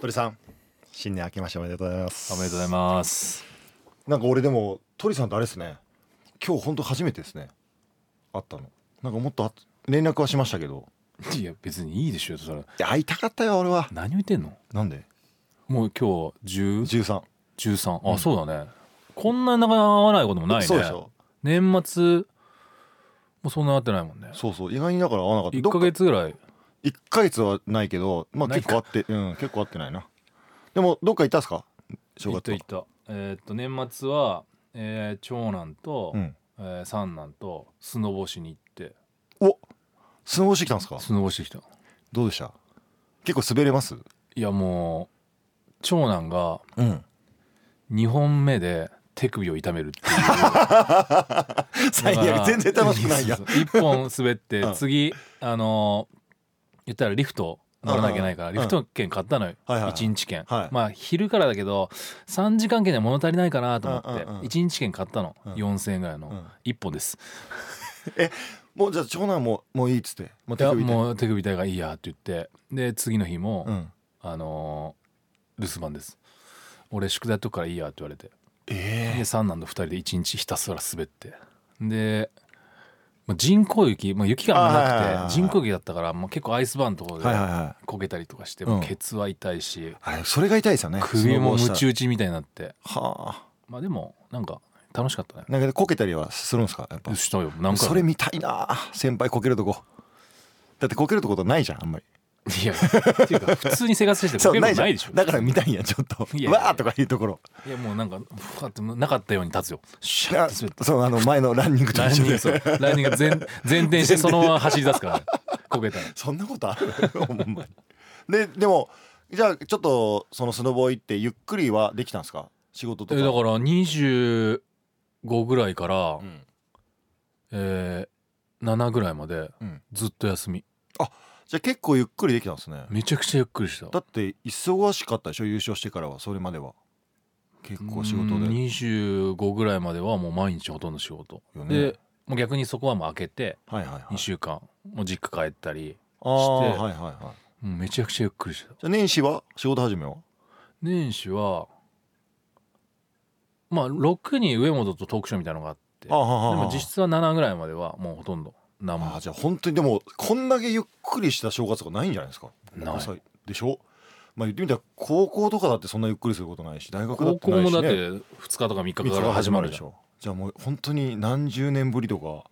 鳥さん新年明けましておめでとうございますおめでとうございますなんか俺でも鳥さんとあれですね今日本当初めてですね会ったのなんかもっとあ連絡はしましたけどいや別にいいでしょそれいや会いたかったよ俺は何を言ってんのなんでもう今日13 1013あ、うんそうだねこんなになかなか会わないこともないねそうでしょ年末もそんな会ってないもんねそうそう意外にだから会わなかった1か月ぐらい1ヶ月はないけどまあない結か構会ってうん結構会ってないなでもどっか行ったんすか正行っ月たは行ったえーっと年末は、えー長男と、うんえー三男とスノボしに行っておスノボしてきたんですかスノボしてきたどうでした結構滑れますいやもう長男がうん2本目で手首を痛めるっていう最悪全然楽しくないやそうそうそう一本滑ってうん次あのー言ったらリフト乗らなきゃいけないからうんリフト券買ったのよはいはいはい1日券はいまあ昼からだけど3時間券では物足りないかなと思ってうんうんうん1日券買ったのうん4,000円ぐらいうんの1本ですもうじゃあ長男ももういいっつってもうい手や首痛いもう手首痛いからいいやって言ってで次の日もん、あのー留守番です俺宿題やっとくからいいやって言われてえで三男と二人で一日ひたすら滑ってで、まあ、人工雪、まあ、雪があんまはいはいはいなはくいて人工雪だったから、まあ、結構アイスバーンのところはいはいでは焦げたりとかして、うんもうケツは痛いしいあれそれが痛いですよねス首もノボムをしチ打ちみたいになってたらはあまあでもなんか楽しかったねなんかこけたりはするんですかやっぱしたよ何回もそれ見たいな先輩こけるとこだってこけるとことないじゃんあんまりいやっていうか普通に生活しててこけることないでしじゃょんだから見たいんやちょっといやいやいやわーとかいうところいやもうなんかふわってなかったように立つよシャあッて滑ってそうあの前のランニングとラン一緒ニングでそう ランニング前前転してそのまま走り出すからね焦げたらそんなことあるほんまにででもじゃあちょっとそのスノボ行ってゆっくりはできたんですか仕事とえかだから25ぐらいから、うんえー、7ぐらいまでうんずっと休みじゃあ結構ゆっくりできたんですねめちゃくちゃゆっくりしただって忙しかったでしょ優勝してからはそれまでは結構仕事うんで25ぐらいまではもう毎日ほとんど仕事、よねでもう逆にそこはもう開けてはいはいはい2週間もう実家帰ったりああしてはいはいはいもうめちゃくちゃゆっくりしたじゃあ年始は仕事始めは年始はまあ6に上本とトークショーみたいなのがあってああはであはあも実質は7ぐらいまではもうほとんど何あもあじゃあ本当にでもこんだけゆっくりした正月がないんじゃないですかないお歳でしょまあ言ってみたら高校とかだってそんなゆっくりすることないし大学だっ高て校ないもし、ね、だって2日とか3日かいつら始まるでじゃんしょじゃあもう本当に何十年ぶりと か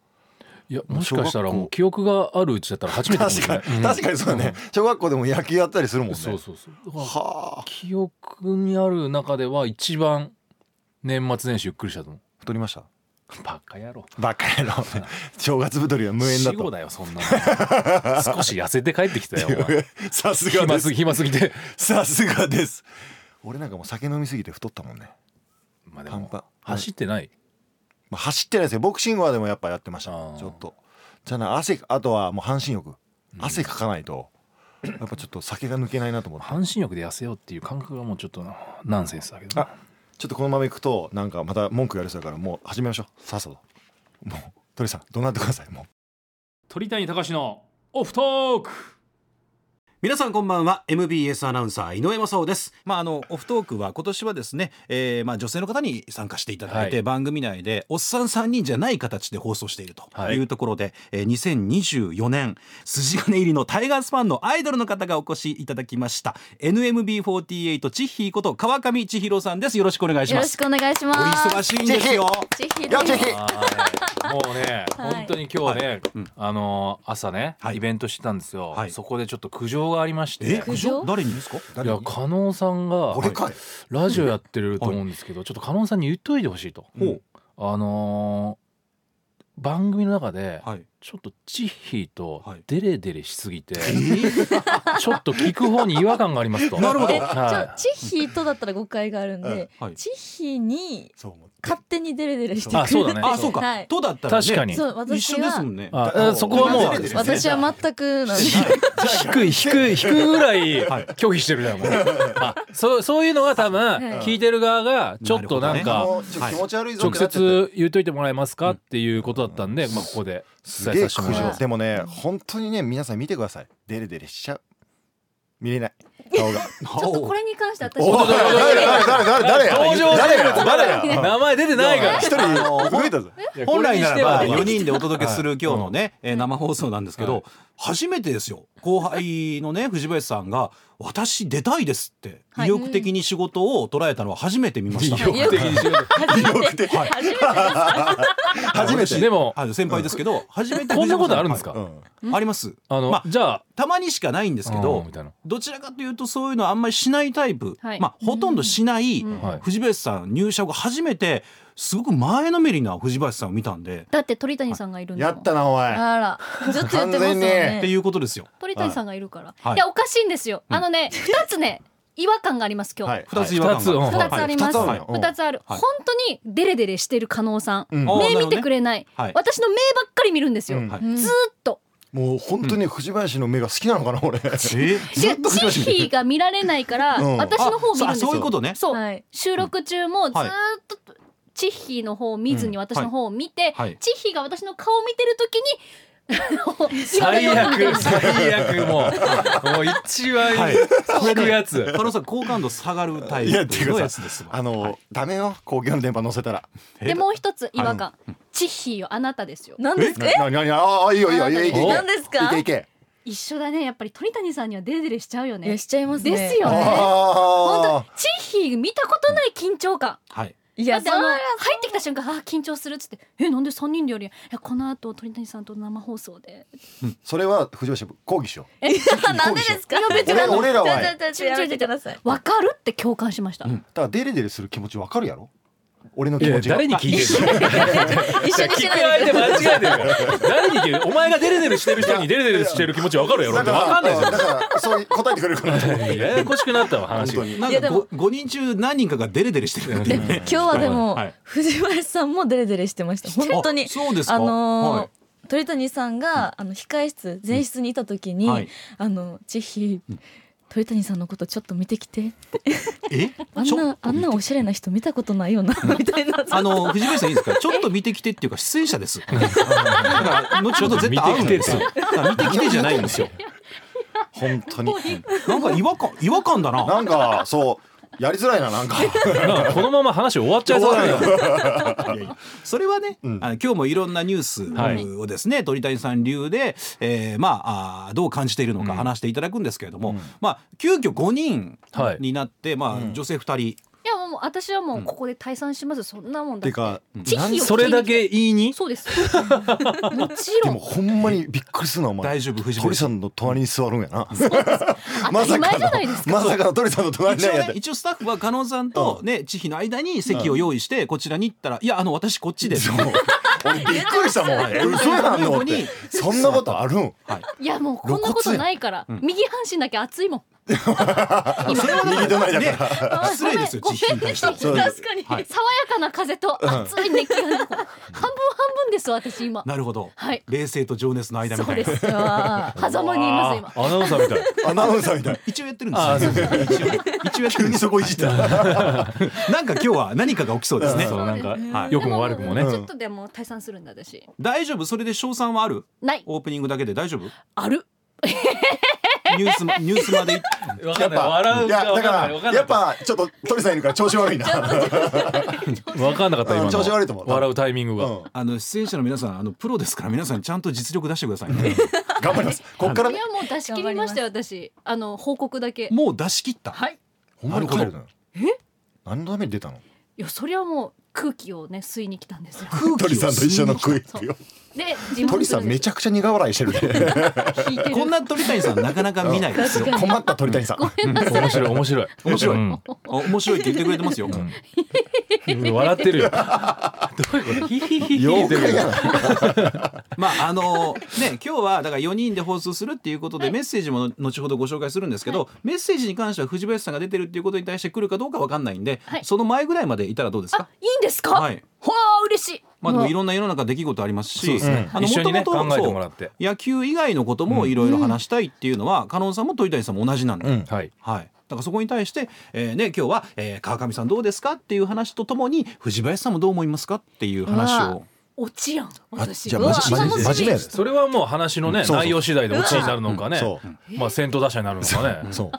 いやもうもしかしたら小学校もう記憶があるうちだったら初めて確かに確かにそうだね、ん小学校でも野球やったりするもんねそうそうそうだからはあ記憶にある中では一番年末年始ゆっくりしたと思太りましたう バカ野郎バカ野郎正月太りは無縁だ死後とだよそんな の少し痩せて帰ってきたよお前 さすがです暇すぎ暇すぎてさすがです俺なんかもう酒飲みすぎて太ったもんね、まあでパンもパン走ってないまあ、走ってないですよボクシングはでもやっぱやってましたあーちょっとじゃあな汗あとはもう半身浴汗かかないと、やっぱちょっと酒が抜けないなと思って半身浴で痩せようっていう感覚がもうちょっとナンセンスだけどなちょっとこのままいくとなんかまた文句やりそうだからもう始めましょうさっさともう鳥さんどうなってくださいも鳥谷隆のオフトーク皆さんこんばんは MBS アナウンサー井上正雄ですまあ、あのオフトークは今年はですね、えーまあ、女性の方に参加していただいて、はい番組内でおっさん3人じゃない形で放送しているとはいいうところで、えー2024年筋金入りのタイガースファンのアイドルの方がお越しいただきました NMB48 チッヒーこと川上千尋さんですよろしくお願いしよまろすしくお願いします。お忙しいんですよチヒうです。はいもうね、 はい本当に今日ね、あのー朝ね、はいイベントしてたんですよ、はいそこでちょっと苦情がありまして苦情誰にですかいや加納さんが俺かいラジオやってると思うんですけど、ちょっと加納さんに言っといてほしいと、ほうあのー番組の中ではいちょっとチッヒーとはいデレデレしすぎて、 ちょっと聞く方に違和感がありますとなるほどえ、ちょは、いチヒとだったら誤解があるんで、はいチヒにそう思って勝手にデレデレしてくる。あそうだねあそうか、はいとだったらね確かにそう、私一緒ですもは。んねあえそこはもう私は全くなんで。低い低い低いぐらい拒否してるじゃ んもうあそうそういうのが多分い聞いてる側がちょっとなんなかもうちょっと気持ち悪いぞっ直てなっちゃって接言っといてもらえますかっていうことだったんでまあここです伝げええさせても苦らい情でますもね本当にね皆さん見てくださいデレデレしちゃう見れない顔がちょっとこれに関して私おい誰誰誰誰登場誰人や物誰や名前出てないから一人増えたぞ本来ならば4人でお届けはいする今日のね、えーうん生放送なんですけど、はい初めてですよ後輩のね藤林さんが「私出たいです」っては意い欲的に仕事を捉えたのは初めて見ました。意欲的 にしよう初めて初めて初めてでもあの先輩ですけど、初めてこんなことあるんですか、か、うんありますあの、まあじゃあたまにしかないんですけど、うんみたいなどちらかというとそういうのあんまりしないタイプ、はいまあほとんどしないうんはい藤林さん入社後初めてすごく前のめりな藤林さんを見たんで、だって鳥谷さんがいるんだやもんったなお前あらずっと言ってます完よ全にねっていうことですよ。鳥谷さんがいるから、はいい、やおかしいんですよ、あのね二つね違和感があります今は日い二つ違和2感つ、うんが、二、つありますはい二、二つあるようんはつある、い本当にデレデレしてる加納さん、うんあー目なるほ見どてねくれない、はい私の目ばっかり見るんですよ、うんはいずーっともう本当に藤林の目が好きなのかな俺えでっと藤林見てジッヒーが見られないから、うん私の方を見るんあですそうあそよういうことね。そう、はい収録中もずーっとチッヒーの方を見ずにうん私の方を見て、はいチッヒーが私の顔を見てる時に最悪最悪もうもう一番聞くやつ、加納さん好感度下がるタイいやっていプうのかやつですさわあの、ダメよ公共の電波乗せたらでもう一つ違和感、チッヒーよあなたですよ何ですかえなななあいいよいいよいいよいけいけ何ですかいけいけ一緒だねやっぱり鳥谷さんにはデレデレしちゃうよいやねしちゃいますねですよねあ本当チッヒー見たことない緊張感はい。いだやってそあのの入ってきた瞬間あー緊張するっつってえなんで三人でやるやんいやこの後鳥谷さんと生放送でーそれは藤林抗議しよえなんでですか俺俺らはだかちょやめてくださいわかるって共感しました、うんらデレデレする気持ちわかるやろ俺のい気や持ちが誰に聞いてるの一緒に聞しくな相いで手間違えてるから誰に聞いてるお前がデレデレしてる人にデレデレしてる気持ちわかるやろだってかわかんないらじゃうんだからそういう答えてくれるかなと思ってんややこしくなったわ本話当がになんいやかでもご五人中何人かがデレデレしてるっていうね。今日はでも、はい藤林さんもデレデレしてました本当にあそうですか。あのーはい鳥谷さんがあの控え室前室にいた時に、はいあのチッヒー鳥谷さんのことちょっと見てきてえあちんょなあんなおしゃれな人見たことないよなみたいなあの藤林さんいいですかちょっと見てきてっていうか出演者ですだから後ほど絶対会うんですよちだから見てきてじゃないんですよ本当になんか違和感違和感だななんかそうやりづらいななんかなんかこのまま話終わっちゃいそうだよ それはね、うんあの今日もいろんなニュースをですね、鳥谷さん流で、えーまああーどう感じているのかうん話していただくんですけれども、うんまあ急遽5人はいになって、まあ、うん女性2人いやもう私はもうここで退散します、そんなもんだてかチッヒーをそれだけ言いにそうですもちでろもんほんまにびっくりするなお前大丈夫藤鳥林さんの隣に座るんやな当たり前のじゃないですかまさかの鳥さんの隣に一応やねで一応スタッフは加納さんとね千尋の間に席を用意してこちらに行ったら「いやあの私こっちで」俺びっくりしたもんはいえ嘘やんのっ横にてそんなことあるんはいいやもうこんなことないから、露骨やん右半身だけ熱いもんそれは右隣だからね失礼ですよご千尋にめんごめ対んねして確かに、はい爽やかな風と熱い熱気が、半分半分です私今なるほどはい冷静と情熱の間みそたういでなす狭間にいます今あーアナウンサーみたいアナウンサーみたい一応やってるんですよ一応ね一応やって急るんにですよそこいじったなんか今日は何かが起きそうですねそうなんかはい良くも悪くもねでちょっとでも退散するんだ私大丈夫それで賞賛はあるないオープニングだけで大丈夫あるニュースまニュースまでい わやかっんないぱ笑ういやだかからやっぱちょっと鳥さんいるから調子悪いな分かんなかったう今んの調子悪いと思う笑うタイミングうが、んあの出演者の皆さんあのプロですから皆さんちゃんと実力出してくださいね頑張りますこっからいねやもう出し切りましたよ私あの報告だけもう出し切ったはいほんまに帰るのよえ何のために出たのいやそれはもう空気をね吸いに来たんですよ空鳥気さをんと一吸緒いのにクイックよ で自慢鳥すさるんんでめすちゃくちゃ苦笑いしてるね 聞いてるこんな鳥谷さんなかなか見ないですよ困った鳥谷さん面白い面白い面白いうんあ面白いって言ってくれてますよ、うん笑ってるよ。どういうこと？ヒヒヒヒ言ってるけど まああのね今日はだから4人で放送するっていうことでメッセージも後ほどご紹介するんですけど、メッセージに関しては藤林さんが出てるっていうことに対して来るかどうかわかんないんで、はいその前ぐらいまでいたらどうですあかいいんですかはいほあ嬉しいまあでもいもろんな世の中出来事ありますしそうですねあの一緒にね元々考えてもらってそう野球以外のこともいろいろ話したいっていうのは、加納さんも鳥谷さんも同じなんで、うんはい。はい。だからそこに対して、えーね、今日は、えー川上さんどうですかっていう話とともに藤林さんもどう思いますかっていう話うをオチやん私じゃあうわまじまじ楽しみ真面目やでそれはもう話のそねうそう内容次第でオチになるのかねそうまあ先頭打者になるのかねそう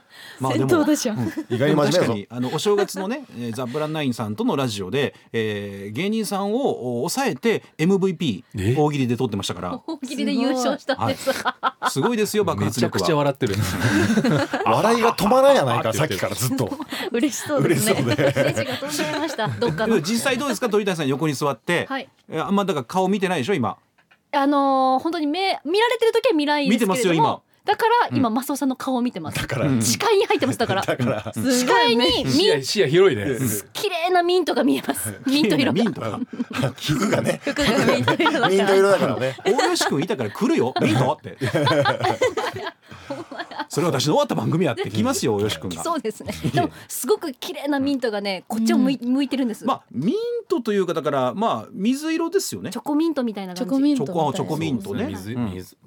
まあで先も頭打者、意外に真面確か目やぞにあのお正月のねえーザ・ブランナインさんとのラジオで、えー芸人さんをお抑えて MVP え大喜利で撮ってましたから大喜利で優勝したんです。 すごいですよ爆め発ちゃ力くちゃは。笑ってる笑いが止まらんやないかさっきからずっと嬉しそうですね。 嬉しそうで。政治が飛んじゃいました。どっかでもの。実際どうですか鳥谷さん横に座って、はい。えーあんまだから顔見てないでしょ今あのー本当に目見られてる時は見ないんですけれども。見てますよ今だから今マスオさんの顔を見てます。だから、うん視界に入ってますだから。だからすごいね。視野視野広いね 綺麗なミントが見えます。ミント色が。ミントが服がね服がミント色だから。ミント色だからね大吉君いたから来 るよミントってそれ私の終わった番組やってきます よ大吉君が。そうですね。でもすごく綺麗なミントがね、こっちを向い向いてるんです。まあミントというかだからまあ水色ですよねチョコミントみたいなチ感ョじ。コミンチトョみたいコな。はチョコミントね。水うん水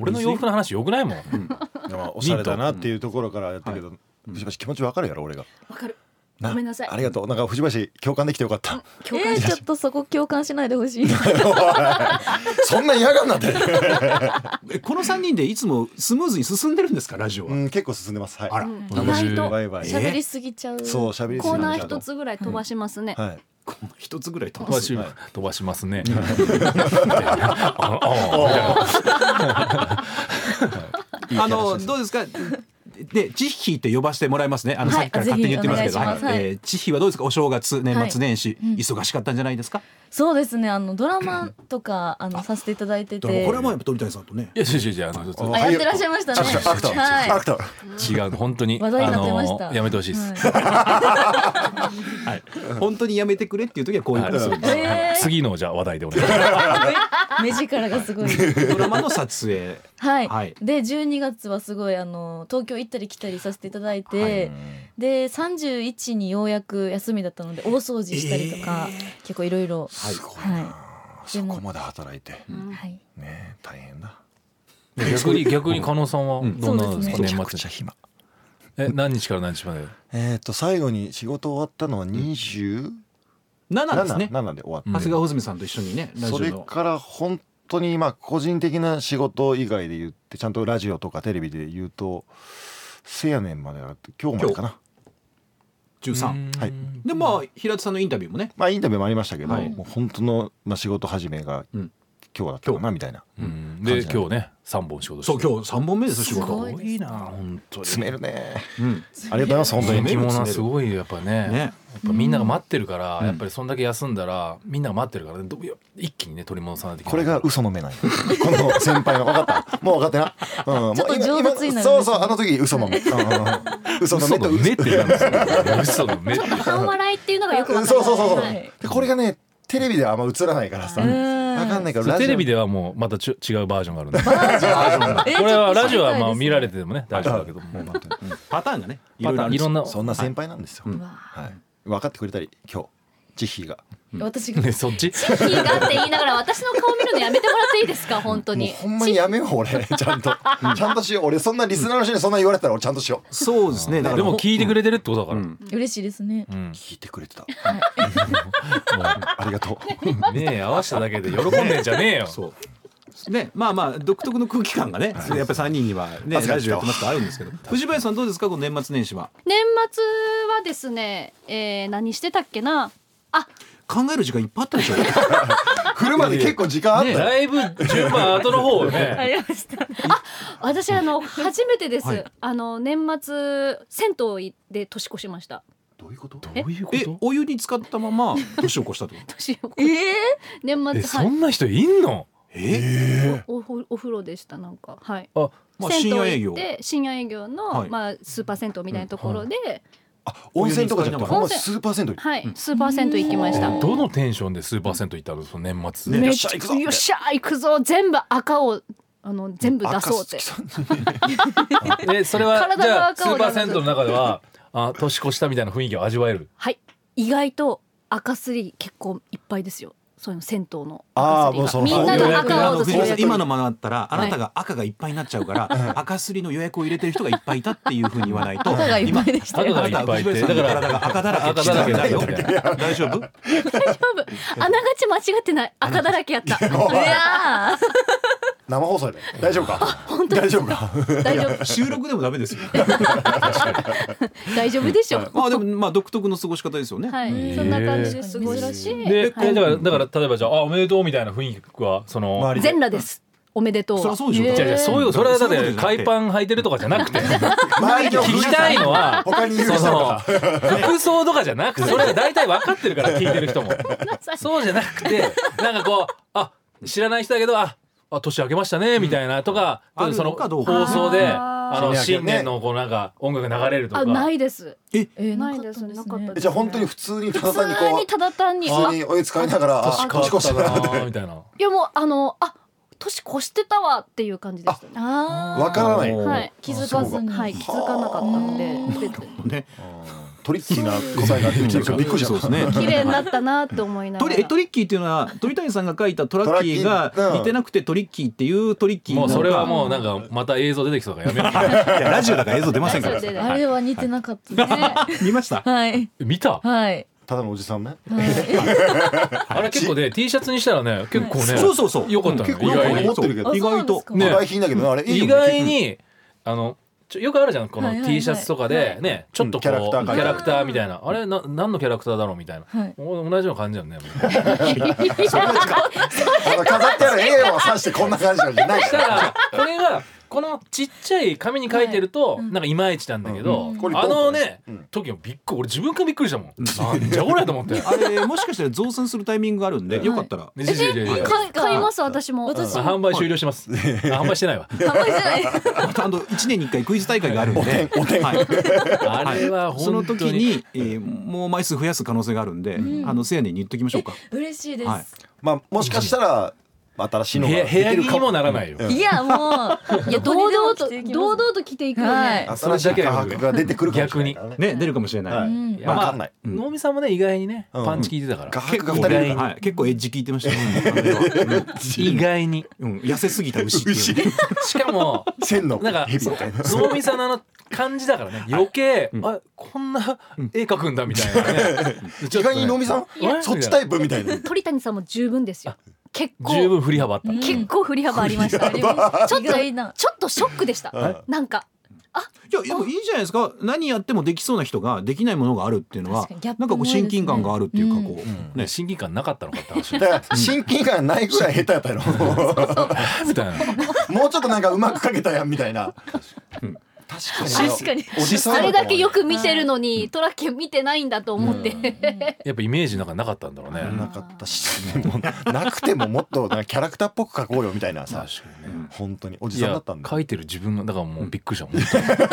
俺の洋服の話よくないもん まあおしゃれだなっていうところからやったけど、藤橋気持ちわかるやろ俺がわかる。ごめんなさいありがとうなんか藤橋共感できてよかった共え感ー、しちょっとそこ共感しないでほしい。そんな嫌がんなって、 えこの三人でいつもスムーズに進んでるんですかラジオは、うん、結構進んでますはいあら、意外とバイバイ喋りすぎちゃう。そう喋りすぎコーなナんーだけど一つぐらい飛ばしますね。はいこの一つぐらい飛飛ばばすしはい飛ばしますねあああああのどうですかでチッヒーって呼ばせてもらいますねあの、はいさっきから勝手に言ってますけどぜひお願いしますえーチッヒーはどうですかお正月年末年始、うん忙しかったんじゃないですか、そうですね。あのドラマとかあのさせていただいてでもてこれ。はもうやっぱ鳥谷さんとねいや違う違う違うあのちょっとあやってらっしゃいましたね。アクターアクター、アはクター違う本当に話題になってましたあのやめてほしいい。です、は本当にやめてくれっていう時はこういうことするんでいえ次のじゃあ話題でお願いしますー、目力 がすごい。すドラマの撮影はい、はいで12月はすごいあの東京行ったり来たりさせていただいて、はいで31にようやく休みだったので大掃除したりとか、結構いろいろすごいはなそこまで働いてい、はい、ねえ大変だ逆に逆に加納さんはどんなのですか、そうめちゃ年くちゃ末暇え何日から何日までえっと最後に仕事終わったのは27 7ですね7で終わってうん長谷川穂積さんと一緒にねラジそオれのから本当にまあ個人的な仕事以外で言ってちゃんとラジオとかテレビで言うとせやねんまであって今日までかな13うんはいでまあ平田さんのインタビューもねまあインタビューもありましたけど、はいもう本当のまあ仕事始めがうん今日だったかなみたいなうんで今日ね三本仕事してそう今日三本目です仕す事ごい多いな本当に詰めるねうんありがとうございます本当人に気者はすごいやっぱねねやっぱみんなが待ってるから、うんやっぱりそんだけ休んだらみんなが待ってるからねどう一気にね取り戻さないといけないこれが嘘の目なんよこの先輩の分かったもう分かってな、うん、ちょっともう今上手になるんですね今そうそうあの時嘘の目、うんうんうん嘘の嘘目のと目って言うんですよ嘘の目って半笑いっていうのがよくわかうんる。そうそうそうそう、はいでこれがねテレビではあんま映らないからさ、うわんかんないからそうラジテオレビではもうまたちょ違うバージョンがあるんでえーこれはラジオはちまょあっと知りたいですね見られてもね大丈夫だけどうもん本当にパターンがねいろいろまたあるんでいすよろんなそんな先輩なんですよ、うんはい、分かってくれたり今日ジヒが私がねそっちいいなって言いながら私の顔見るのやめてもらっていいですか本当もうに。ほんまにやめよう俺ちゃんとちゃんとしよう俺そんなリスナーの人にそんな言われたら俺ちゃんとしようそうですね。だからでも聞いてくれ。れてるってことだから、うん嬉しいですね。うん聞いてくれてたはい ありがとう目合わせただけで喜んでんじゃねえよそう。ね、まあまあ独特の空気感がね、やっぱり三人にはね、はいラジオやってますからあるんですけど。藤林さんどうですか、この年末年始は。年末はですね、えー、何してたっけな。あ、考える時間いっぱいあったでしょ来るまで結構時間あったよ、だいぶ順番後の方をあねりました。私あの初めてです。はいあの年末銭湯で年越しました。どういうことどういうこえと、お湯に浸ったまま年を越したってこと。年をええ年末はえそいんな人いんのえおおお風呂でしたなんかはい。あまあ銭深湯夜営業行っ。て深夜営業の、はいまあスーパー銭湯みたいなところで、あ温泉とかじゃなくてほん温ま泉数パーセントはい、スーパー銭湯行きました。どのテンションでスーパーセント行ったのその年末、めよっっちしゃゃ行行くくぞぞよっしゃ行くぞ全部赤をあの全部出そうって赤好きさんえそれは体がじゃあス赤ーを出パすーセントの中ではあ年越したみたいな雰囲気を味わえるはい意外と赤すり結構いっぱいですよそういうの銭湯のあー赤すりがもうそみうんなであ赤をの藤井さんそう今のままだったらあなたが赤がいっぱいになっちゃうから、赤すりの予約を入れてる人がいっぱいいたっていうふうに言わないと赤がいっぱいでした今あ赤がないたっぱいいて藤井さんのだから体が赤だらけ赤だらけだよだよ大丈夫あながち間違ってない赤だらけやったいや生放送で 大丈夫か大丈夫かー大丈夫収録でもダメですよ大丈夫でしょまあでもまあ独特の過ごし方ですよね、はい、へーそんな感じで過ご珍ししいで、はいえだからだから例えばじゃああおめでとうみたいな雰囲気はその、周り全裸ですおめでとうそりゃそうでしょへーじゃあじゃあそういうそれはだっそういてうことじゃなくて海パン履いてるとかじゃな くて周りを聞きたいのは他にいるそ人のが服装とかじゃなくてそれが大体分かってるから聞いてる人もそうじゃなくてなんかこうあ知らない人だけどああ年明けましたねみたいなとか、う特んにそのあるのかど放うか送でああーの新新年年ののこうなんか音楽流れるとあなか。いですえーないかでったすねなかったですじゃあ本当に普通にただ普単に通こにただ単うに普あ通いにお湯使いながらあ年変わっ年た越しなたーみたいな。やもうあのあ年越してたわっていう感じでしたねあーわからないはい気づかずにはい気づかなかったので別にねトリッキーな答えが出てきてるからびっくりしたそうですね綺麗になったなって思いなトがリらえトリッキーっていうのは鳥谷さんが書いたトラッキーがトラッキーうん似てなくてトリッキーっていうトリッキーなものうかそれはもうなんかまた映像出てきそうだからやめよいやラジオだから映像出ませんからラジオ出ないあれは似てなかったね見ましたはい。う。見た。はい。ただのおじさんねはい。あれ結構ね T シャツにしたらね結構ね。そうそうそうよかったね結構意外に思ってるけどあ意外とそうなねんですか巨大品だけどねあれいいよ意ね外にあのちょよくあるじゃんこはいはいのはい T シャツとかでねちょっとこううキんキャラクター感ャラクターみたいなあれな何のキャラクターだろうみたいな はいお同じような感じだよねもうあの飾ってある絵を刺してこんな感じなんじゃないしかたららこれがこのちっちゃい紙に書いてるとなんかいまいちなんだけどうんこれあのねうん時もびっくり俺自分からびっくりしたもんなんじゃこれやと思 ってあれもしかしたら増産するタイミングがあるんでよかったらねじじじじじ買い買います私も私あ販売終了しますあ販売してないわかわいじゃない。またあの1年に1回クイズ大会があるんではいあれはその本当時にに、えーもう枚数増やす可能性があるんで、あのせやねんに言っときましょうか。 嬉しいではいす。まあもしかしたら新しい部のが屋で部き屋着るにかももならないよいやもう いや堂々と堂と々と着ていくよはねい新しい価格が出てくるかもしれないからねね出るかもしれない。はいんわかんないうん能見さんもね意外にねうんパンチ効いてたから画伯結が構二人いるからはい、結構エッジ聞いてましたね。意外にうん、痩せすぎた牛っていう ね。しかも千のなんか蛇みたいな能見さんのあの感じだからね余計あこんな絵描くんだみたいなねちょ意っと外ねに能見さんいやそっちタイプみたいな鳥谷さんも十分ですよ結構十分振り幅あった結構振り幅ありましたちちょょっっとと意外な。ちょっとショックでしたうんなんかいや、でもいいじゃないですか。何やってもできそうな人ができないものがあるっていうのは、確かにギャップなんかこうも多いです親ね近感があるっていうか、こう、ねね。親近感なかったのかっ て話みだから親近感ないぐらい下手やったやろ たいなもうちょっとなんかうまく描けたやんみたいなうん確確かにおじさんあやと思うれだけよく見てるのにトラッキー見てないんだと思ってやっぱイメージの中になかったんだろうねなかったしもうなくてももっとなんかキャラクターっぽく描こうよみたいなさ確かにね本当におじいさんだやったんだ描いてる自分がだからもうびっくりしたもん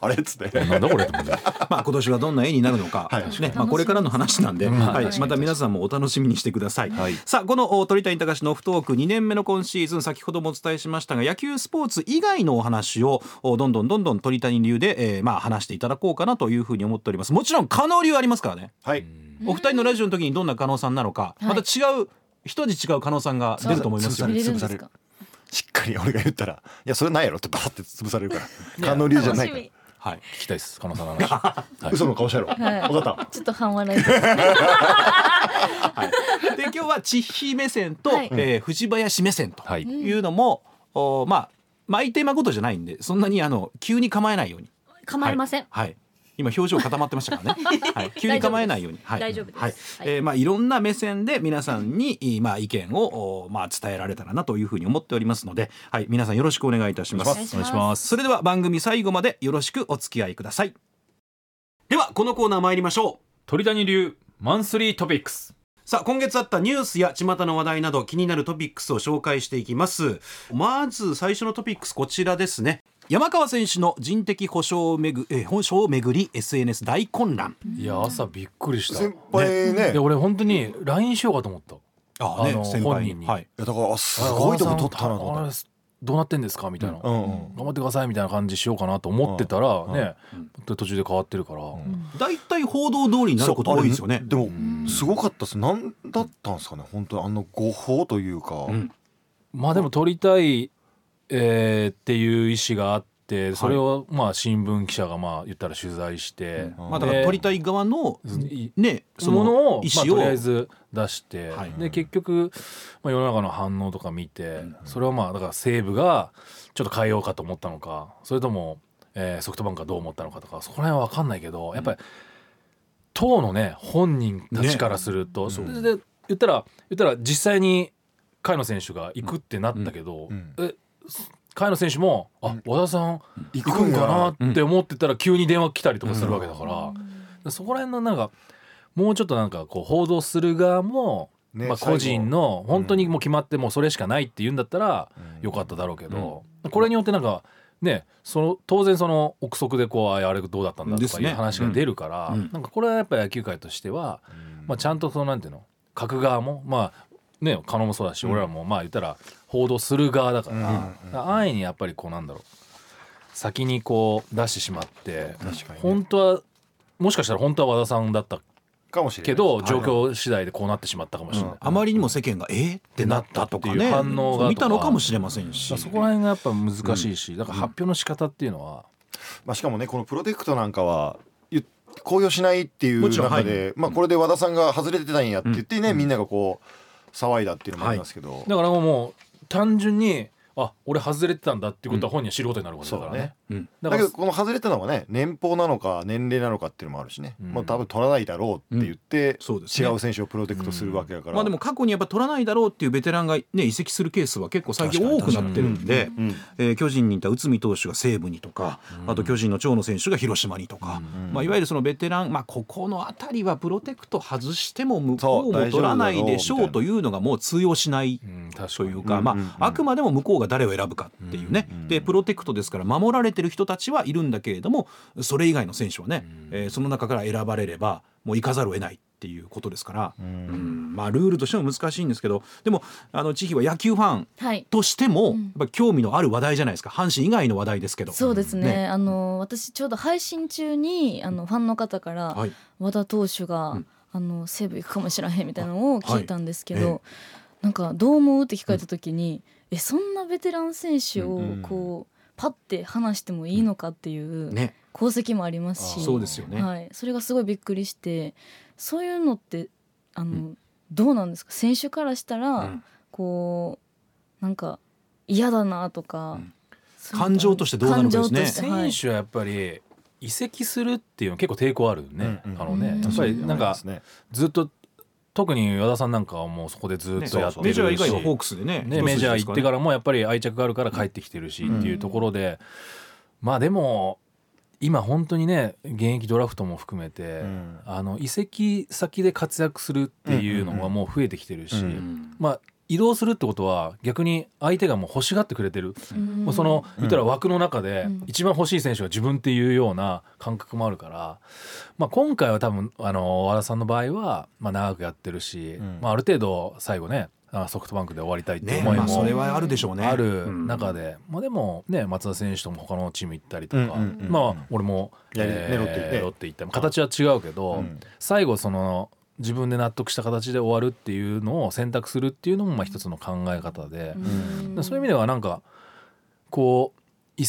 あれっつってなんだこれと思って まあ今年はどんな絵になるのか、はいね、まあこれからの話なんで、楽しみですはいうんまた皆さんもお楽しみにしてください。はいさあこのお鳥谷隆の不トーク2年目の今シーズン先ほどもお伝えしましたが野球スポーツ以外のお話をおどんどんどんどん鳥谷流で、えーまあ話していただこうかなというふうに思っておりますもちろん加納流ありますからねはいお二人のラジオの時にどんな加納さんなのか、はいまた違う一味違う加納さんが出ると思いますよそう見でれするんですか。しっかり俺が言ったら「いやそれないやろ」ってバーって潰されるから可能流じゃないから。はい聞きたいです加納さんの話 はい嘘の顔したやろはい分かっちょっと半笑いです。で今日は千尋目線と、はいえー藤林目線とはいいうのも、おまあ毎テーマごとじゃないんでそんなにあの急に構えないように 構いませんはい。今表情固まってましたからね。はい、急に構えないように。はい、大丈夫ですはい、はいえーまあいろんな目線で皆さんにいいまあ意見をおまあ伝えられたらなというふうに思っておりますので、はい、皆さんよろしくお願いいたします。お願いしますお願いします。それでは番組最後までよろしくお付き合いください。ではこのコーナー参りましょう鳥谷流マンスリートピックスさあ今月あったニュースや巷の話題など気になるトピックスを紹介していきますまず最初のトピックスこちらですね山川選手の人的保障をめぐ、えー、保障をめぐり SNS 大混乱。いや朝びっくりしたた先輩ねいでや俺本当に LINE しようかと思ったあーねあの先輩本人にに。はい。だからあすごいとこ取ったなと思っあれどうなってんですかみたいな、た。うんうん頑張ってくださいみたいな感じしようかなと思ってたらうんね、途中で変わってるから、大体報道通りになること多いですよね。でもすごかったです。なんだったんですかね本当にあの誤報というか、うんまあでも撮りたい、えーっていう意思があってそれをまあ新聞記者がまあ言ったら取材して、うんまあ、だからで取りたい側のいねそそのもののを意まあ、思とりあをえず出して、はいで結局、まあ、世の中の反応とか見て、それはまあだから西武がちょっと変えようかと思ったのかそれとも、えーソフトバンクがどう思ったのかとかそこら辺は分かんないけどやっぱり党のね本人たちからすると、それで言ったら言ったら実際に甲斐野選手が行くってなったけど、うんえ甲斐野選手も「あ、和田さん行行くんやかなって思ってたら急に電話来たりとかするわけだから、そこら辺のなんかもうちょっとなんかこう報道する側も、ねまあ、個人の本当にもう決まってもうそれしかないって言うんだったらうんよかっただろうけど、これによってなんかねその当然その憶測でこうあれあれどうだったんだとでかいすうね話が出るから、うんなんかこれはやっぱり野球界としては、うんまあ、ちゃんとそのなんていうの書く側もまあね狩野もそうだし、俺らもまあ言ったら報道する側だから、うんだから安易にやっぱりこうなんだろう先にこう出してしまって確かにね本当はもしかしたら本当は和田さんだったかもしれないけど状況次第でこうなってしまったかもしれない、うんあまりにも世間が「えっ?」ってなったとかっていねう反応が見たのかもしれませんしだからそこら辺がやっぱ難しいし、だから発表の仕方っていうのは、まあ、しかもねこのプロテクトなんかはゆ公表しないっていうもちろん中で、まあ、これで和田さんが外れてたんやって言ってね、みんながこう騒いだっていうのもありますけど、だからもう単純にあ俺外れてたんだっていうことは本人は知ることになることだからね。うんだかだけらどこの外れたのがね年俸なのか年齢なのかっていうのもあるしね、うんまあ、多分取らないだろうって言って、そうですね違う選手をプロテクトするわけだから、まあでも過去にやっぱ取らないだろうっていうベテランがね移籍するケースは結構最近多くなってるんで、えー巨人にいた内海投手が西武にとか、あと巨人の長野選手が広島にとか、まあいわゆるそのベテランまあここのあたりはプロテクト外しても向こうも取らないでしそう大丈夫だろうみたいょなうというのがもう通用しないうん確かにというか、まあ、あくまでも向こうが誰を選ぶかっていうね、でプロテクトですから守られてる人たちはいるんだけれどもそれ以外の選手はね、えーその中から選ばれればもう行かざるを得ないっていうことですから、うんまあ、ルールとしても難しいんですけどでもあの千尋は野球ファンはいとしても、うんやっぱ興味のある話題じゃないですか阪神以外の話題ですけど。そうですねねあの私ちょうど配信中にあのファンの方から、はい和田投手が、あの西武行くかもしれへんみたいなのを聞いたんですけど、あはいえなんか「どう思う?」って聞かれた時に、えそんなベテラン選手をうんこうパッて話してもいいのかっていうね、功績もありますし、そうですよね、はい、それがすごいびっくりしてそういうのってあの、どうなんですか選手からしたら、うんこうなんか嫌だなとか、んそういうの感情としてどうなのかですね感情としてはい選手はやっぱり移籍するっていうの結構抵抗あるよね、うんうんあのね、うんやっぱりなんかそうですねずっと特に和田さんなんかはもうそこでずっとやってるメし、ジャー以外はホークスでねね、メジャー行ってからもやっぱり愛着があるから帰ってきてるしっていうところで、まあでも今本当にね現役ドラフトも含めて、うんあの移籍先で活躍するっていうのはもう増えてきてるし、うんうんうまあ移動するってことは逆に相手がもう欲しがってくれてる、うんもうその言ったら枠の中でうん一番欲しい選手が自分っていうような感覚もあるから、まあ、今回は多分あの和田さんの場合はまあ長くやってるし、うんまあ、ある程度最後ねあソフトバンクで終わりたいってね思いまあ、それもはあるでしょうね。あるうん中で、まあ、でもね松田選手とも他のチーム行ったりとか、うんうんうんまあ、俺も、やりねロッテ行ってロッテ行った形は違うけど、うん最後その自分で納得した形で終わるっていうのを選択するっていうのもまあ一つの考え方で。うんそういう意味ではなんかこう遺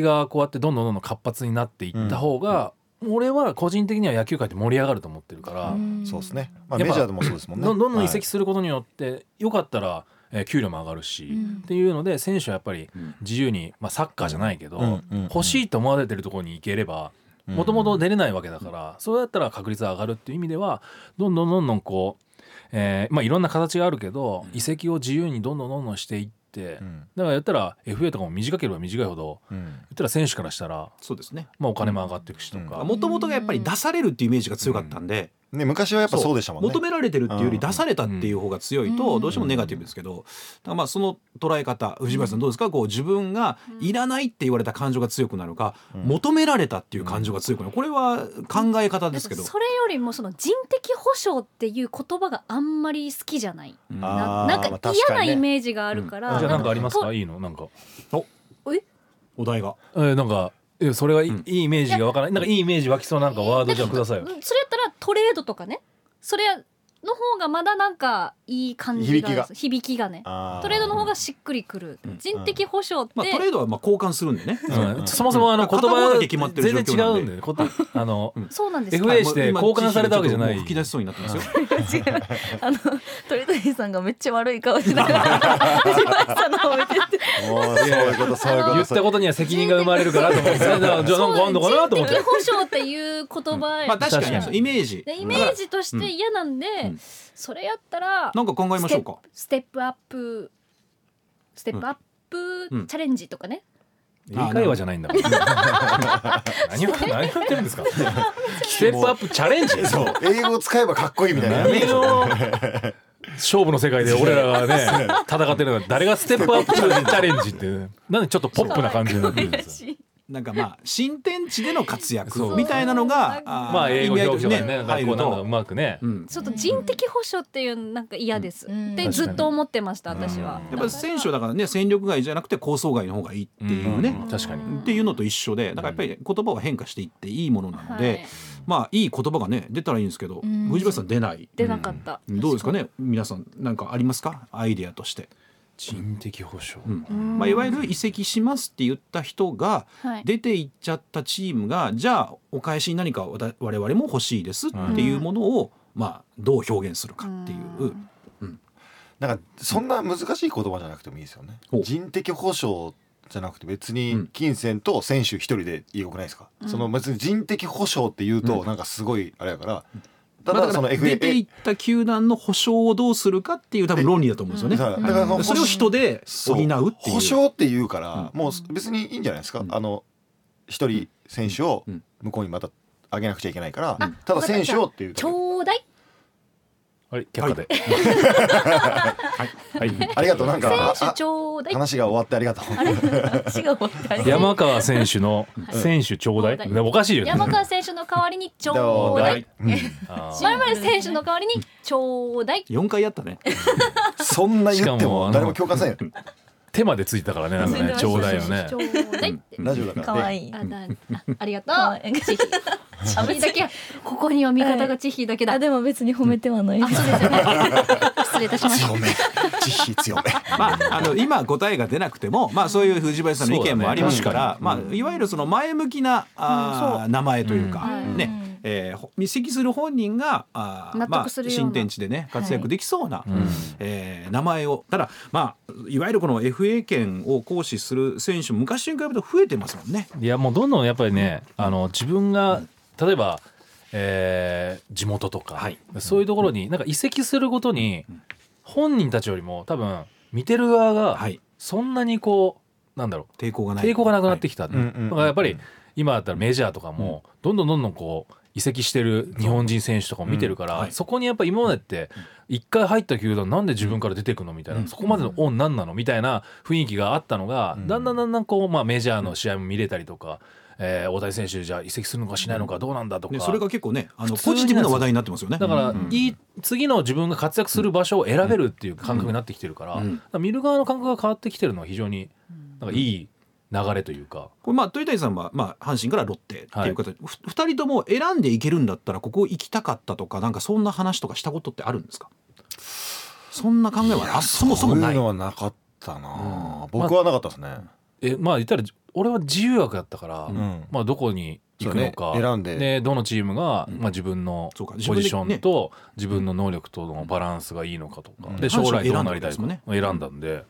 跡がこうやってどんどんどんどん活発になっていった方が、俺は個人的には野球界って盛り上がると思ってるから、うんそうですね、まあ、やメっジぱャーでもそうですもんねどんどんどんは移い籍することによってよかったら、えー給料も上がるし、うんっていうので選手はやっぱりうん自由に、まあ、サッカーじゃないけど、うんうんうん欲しいと思われてるところに行ければもともと出れないわけだから、そうやったら確率が上がるっていう意味ではどんどんどんどんこう、えーまあ、いろんな形があるけど移籍を自由にどんどんどんどんしていって。うんだからやったら FA とかも短ければ短いほどうん言ったら選手からしたら、そうですね。まあ、お金も上がっていくしとか、もともとがやっぱり出されるっていうイメージが強かったんで、ね、昔はやっぱそうでしたもんね求められてるっていうより出されたっていう方が強いと、うんどうしてもネガティブですけど、だからまあその捉え方藤林さんどうですかこう自分がいらないって言われた感情が強くなるか、求められたっていう感情が強くなるこれは考え方ですけど、それよりもその人的保障っていう言葉があんまり好きじゃない。うんあーななんまあか確嫌かなにねイメージがあるから。じゃあなんかありますとかいいのなんか、お題がえーなんか、えーそれはいい,、うんイメージがわからないなんかいいイメージ湧きそうななんかワードじゃあくださいよう。んそれやったらトレードとかね。それはの方がまだなんかいい感じが響きが響きがねあトレードの方がしっくりくる、うん人的保障って、まあ、トレードはまあ交換するんでね。うんそもそもあの言片方葉だがけ決まってる全然状況違なんでうんだよねことあのそうなんです FA か返して交換されたわけじゃないもう吹き出しそうになってますよ。違うあの鳥谷さんがめっちゃ悪い顔しながら藤林さんの方見てておーそういうことそういうこと言ったことには責任が生まれるからと 思ってじゃあなんかあんのかなと思っ人的て保障っていう言葉、まあ確か確にかイメージ。でイメージとしうんて嫌なんで、うんそれやったらなんか考えましょうか。ステップステップアップステップアップ、うんチャレンジとかね、英会話じゃないんだもん何を何を言ってるん ですかステップアップチャレンジそう英語を使えばかっこいいみたいな何を勝負の世界で俺らがね戦ってるのは誰がステップアップチャレンジってなんでちょっとポップな感じになってるんですかなんかまあ新天地での活躍そうみたいなのがーまあ英語表記とかで意ね味合ないんとかこしてうなんかう入るとまくねうんちょっと人的保障っていうのなんか嫌です、うんでうんずっと思ってました私は、やっぱり選手はだからね戦力外じゃなくて構想外の方がいいっていうね、ん確かにっていうのと一緒でだからやっぱり言葉は変化していっていいものなので、はいまあいい言葉がね出たらいいんですけど、ん藤林さん出ない出なかった、うんどうですかね皆さんなんかありますかアイデアとして、人的保障うんまあ、いわゆる移籍しますって言った人がはい出ていっちゃったチームがじゃあお返しに何かわた我々も欲しいですっていうものを、まあ、どう表現するかっていう。なんかそんな難しい言葉じゃなくてもいいですよねほう人的保障じゃなくて別うんに金銭と選手一人でよくないですか、その別に人的保障っていうとなんかすごいあれやから、たまあだだそかのら出てい FA った球団の保証をどうするかっていう多分論理だと思うんですよね。だからそのそれを人で補そうっていう。保証っていうから、もう別にいいんじゃないですか、んあの一人選手をうん向こうにまた上げなくちゃいけないから、あただ選手をっていうだちけょうだいあれ結果ではいありがとうなんかあ選あ手ちょうだい話が終わってありがとうあれ違うわけありま山川選手の選手ちょうだい、はいねおかしいよね山川選手の代わりにちょどうだいあー前々選手の代わりにちょうだい4回やった ね。そんな言ってしかもあもの誰も共感せんよ手までついたからねなんかねちょうだいよねちょうだいってラジオだすかからわねいいあだあありがとかわいうい千尋千尋だけここには味方が千尋だけだああでも別に褒めてはないそうですよね 失礼いたしました強め慈悲強めまあ、あの今答えが出なくても、まあ、そういう藤林さんの意見もありますから、まあ、いわゆるその前向きなあー、名前というか、うんね、えーほ移籍する本人があー納まあ、得するような新天地でね活躍できそうな、んえー名前をただ、まあ、いわゆるこの FA 権を行使する選手も昔に比べると増えてますもんね。いやもうどんどんやっぱりねあの自分が例えば、えー地元とか、はいそういうところになんか移籍するごとに本人たちよりも多分見てる側はがい、そんなにこうなんだろ抵抗がうない抵抗がなくなってきた、うんうんだからやっぱり今だったらメジャーとかもどんどんどんどんこう移籍してる日本人選手とかも見てるから、うんはいそこにやっぱ今までって一回入った球団なんで自分から出てくのみたいな、うんそこまでのオンなんなのみたいな雰囲気があったのが、うんだんだんだんだんこう、まあ、メジャーの試合も見れたりとか、えー大谷選手じゃあ移籍するのかしないのかどうなんだとか、ね、それが結構ねあの普通ポにジティブな話題になってますよね。だから、うんいい次の自分が活躍する場所を選べるっていう感覚になってきてるから,、うん見る側の感覚が変わってきてるのは非常になんかいい流れというか。これまあ鳥谷さんは、まあ、阪神からロッテっていう形、ふ二人とも選んでいけるんだったらここ行きたかったとかなんかそんな話とかしたことってあるんですかそんな考えはあそもそもそうないいうのはなかったな、僕はなかったですね、えまあ言ったら俺は自由枠だったから、んまあ、どこに行くのそか、うね選んでどのチームが、うんまあ、自分のそうかポジショ自分でねンと自分の能力とのバランスがいいのかとか、うんで将来どうなりたいか選んだわ選んだんで,、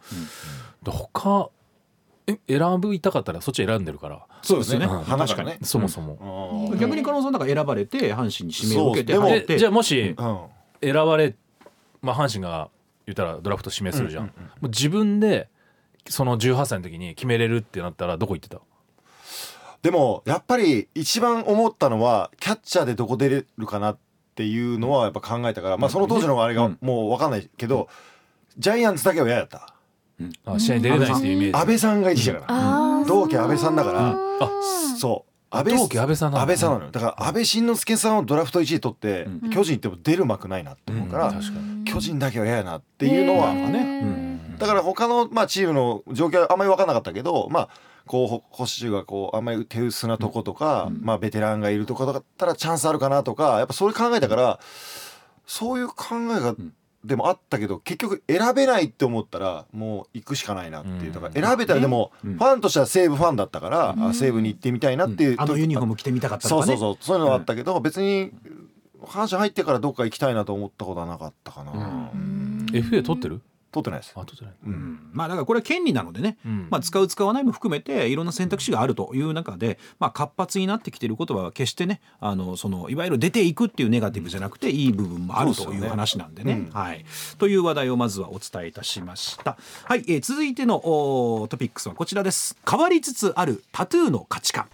で他え選ぶいたかったらそっち選んでるからそうですよね、うん話がねそもそも。うん逆に加納さんなんか選ばれて阪神に指名を受けてそうでも入っでてじゃあもしうん選ばれ、まあ、阪神が言ったらドラフト指名するじゃん,、もう自分でその18歳の時に決めれるってなったらどこ行ってたでもやっぱり一番思ったのはキャッチャーでどこ出れるかなっていうのはやっぱ考えたから、まあその当時のあれうがんもう分かんないけど、ジャイアンツだけは嫌だったあ試合に出れないっていうイメージ安倍さんがいてきたからあー同期安倍さんだから、あそう安倍同期安倍さんなの安倍さんなのよだから安倍晋之助さんをドラフト1位取って、うん巨人行っても出る幕ないなって思うから、うん確かに巨人だけは嫌やなっていうのは、へーねだから他の、まあ、チームの状況はあんまり分からなかったけど、まあ、こうほ保守がこうあんまり手薄なとことか、まあ、ベテランがいるとこだったらチャンスあるかなとかやっぱそれ考えたからそういう考えがんでもあったけど結局選べないって思ったらもう行くしかないなっていうとかうん選べたらでもうんファンとしては西武ファンだったからうんあ西武に行ってみたいなっていうあのユニフォーム着てみたかったとそうかそねうそうそういうのはあったけど別に阪神入ってからどっか行きたいなと思ったことはなかったかなうん FA 取ってる取ってないですあ取ってない、ううんんまあだからこれは権利なのでねうんまあ、使う使わないも含めていろんな選択肢があるという中で、まあ、活発になってきていることは決してねあのそのいわゆる出ていくっていうネガティブじゃなくていい部分もあるそうとですいようね話なんでね。うんはい、という話題をまずはお伝えいたしました。はいえー続いてのおートピックスはこちらです。変わりつつあるタトゥーの価値観、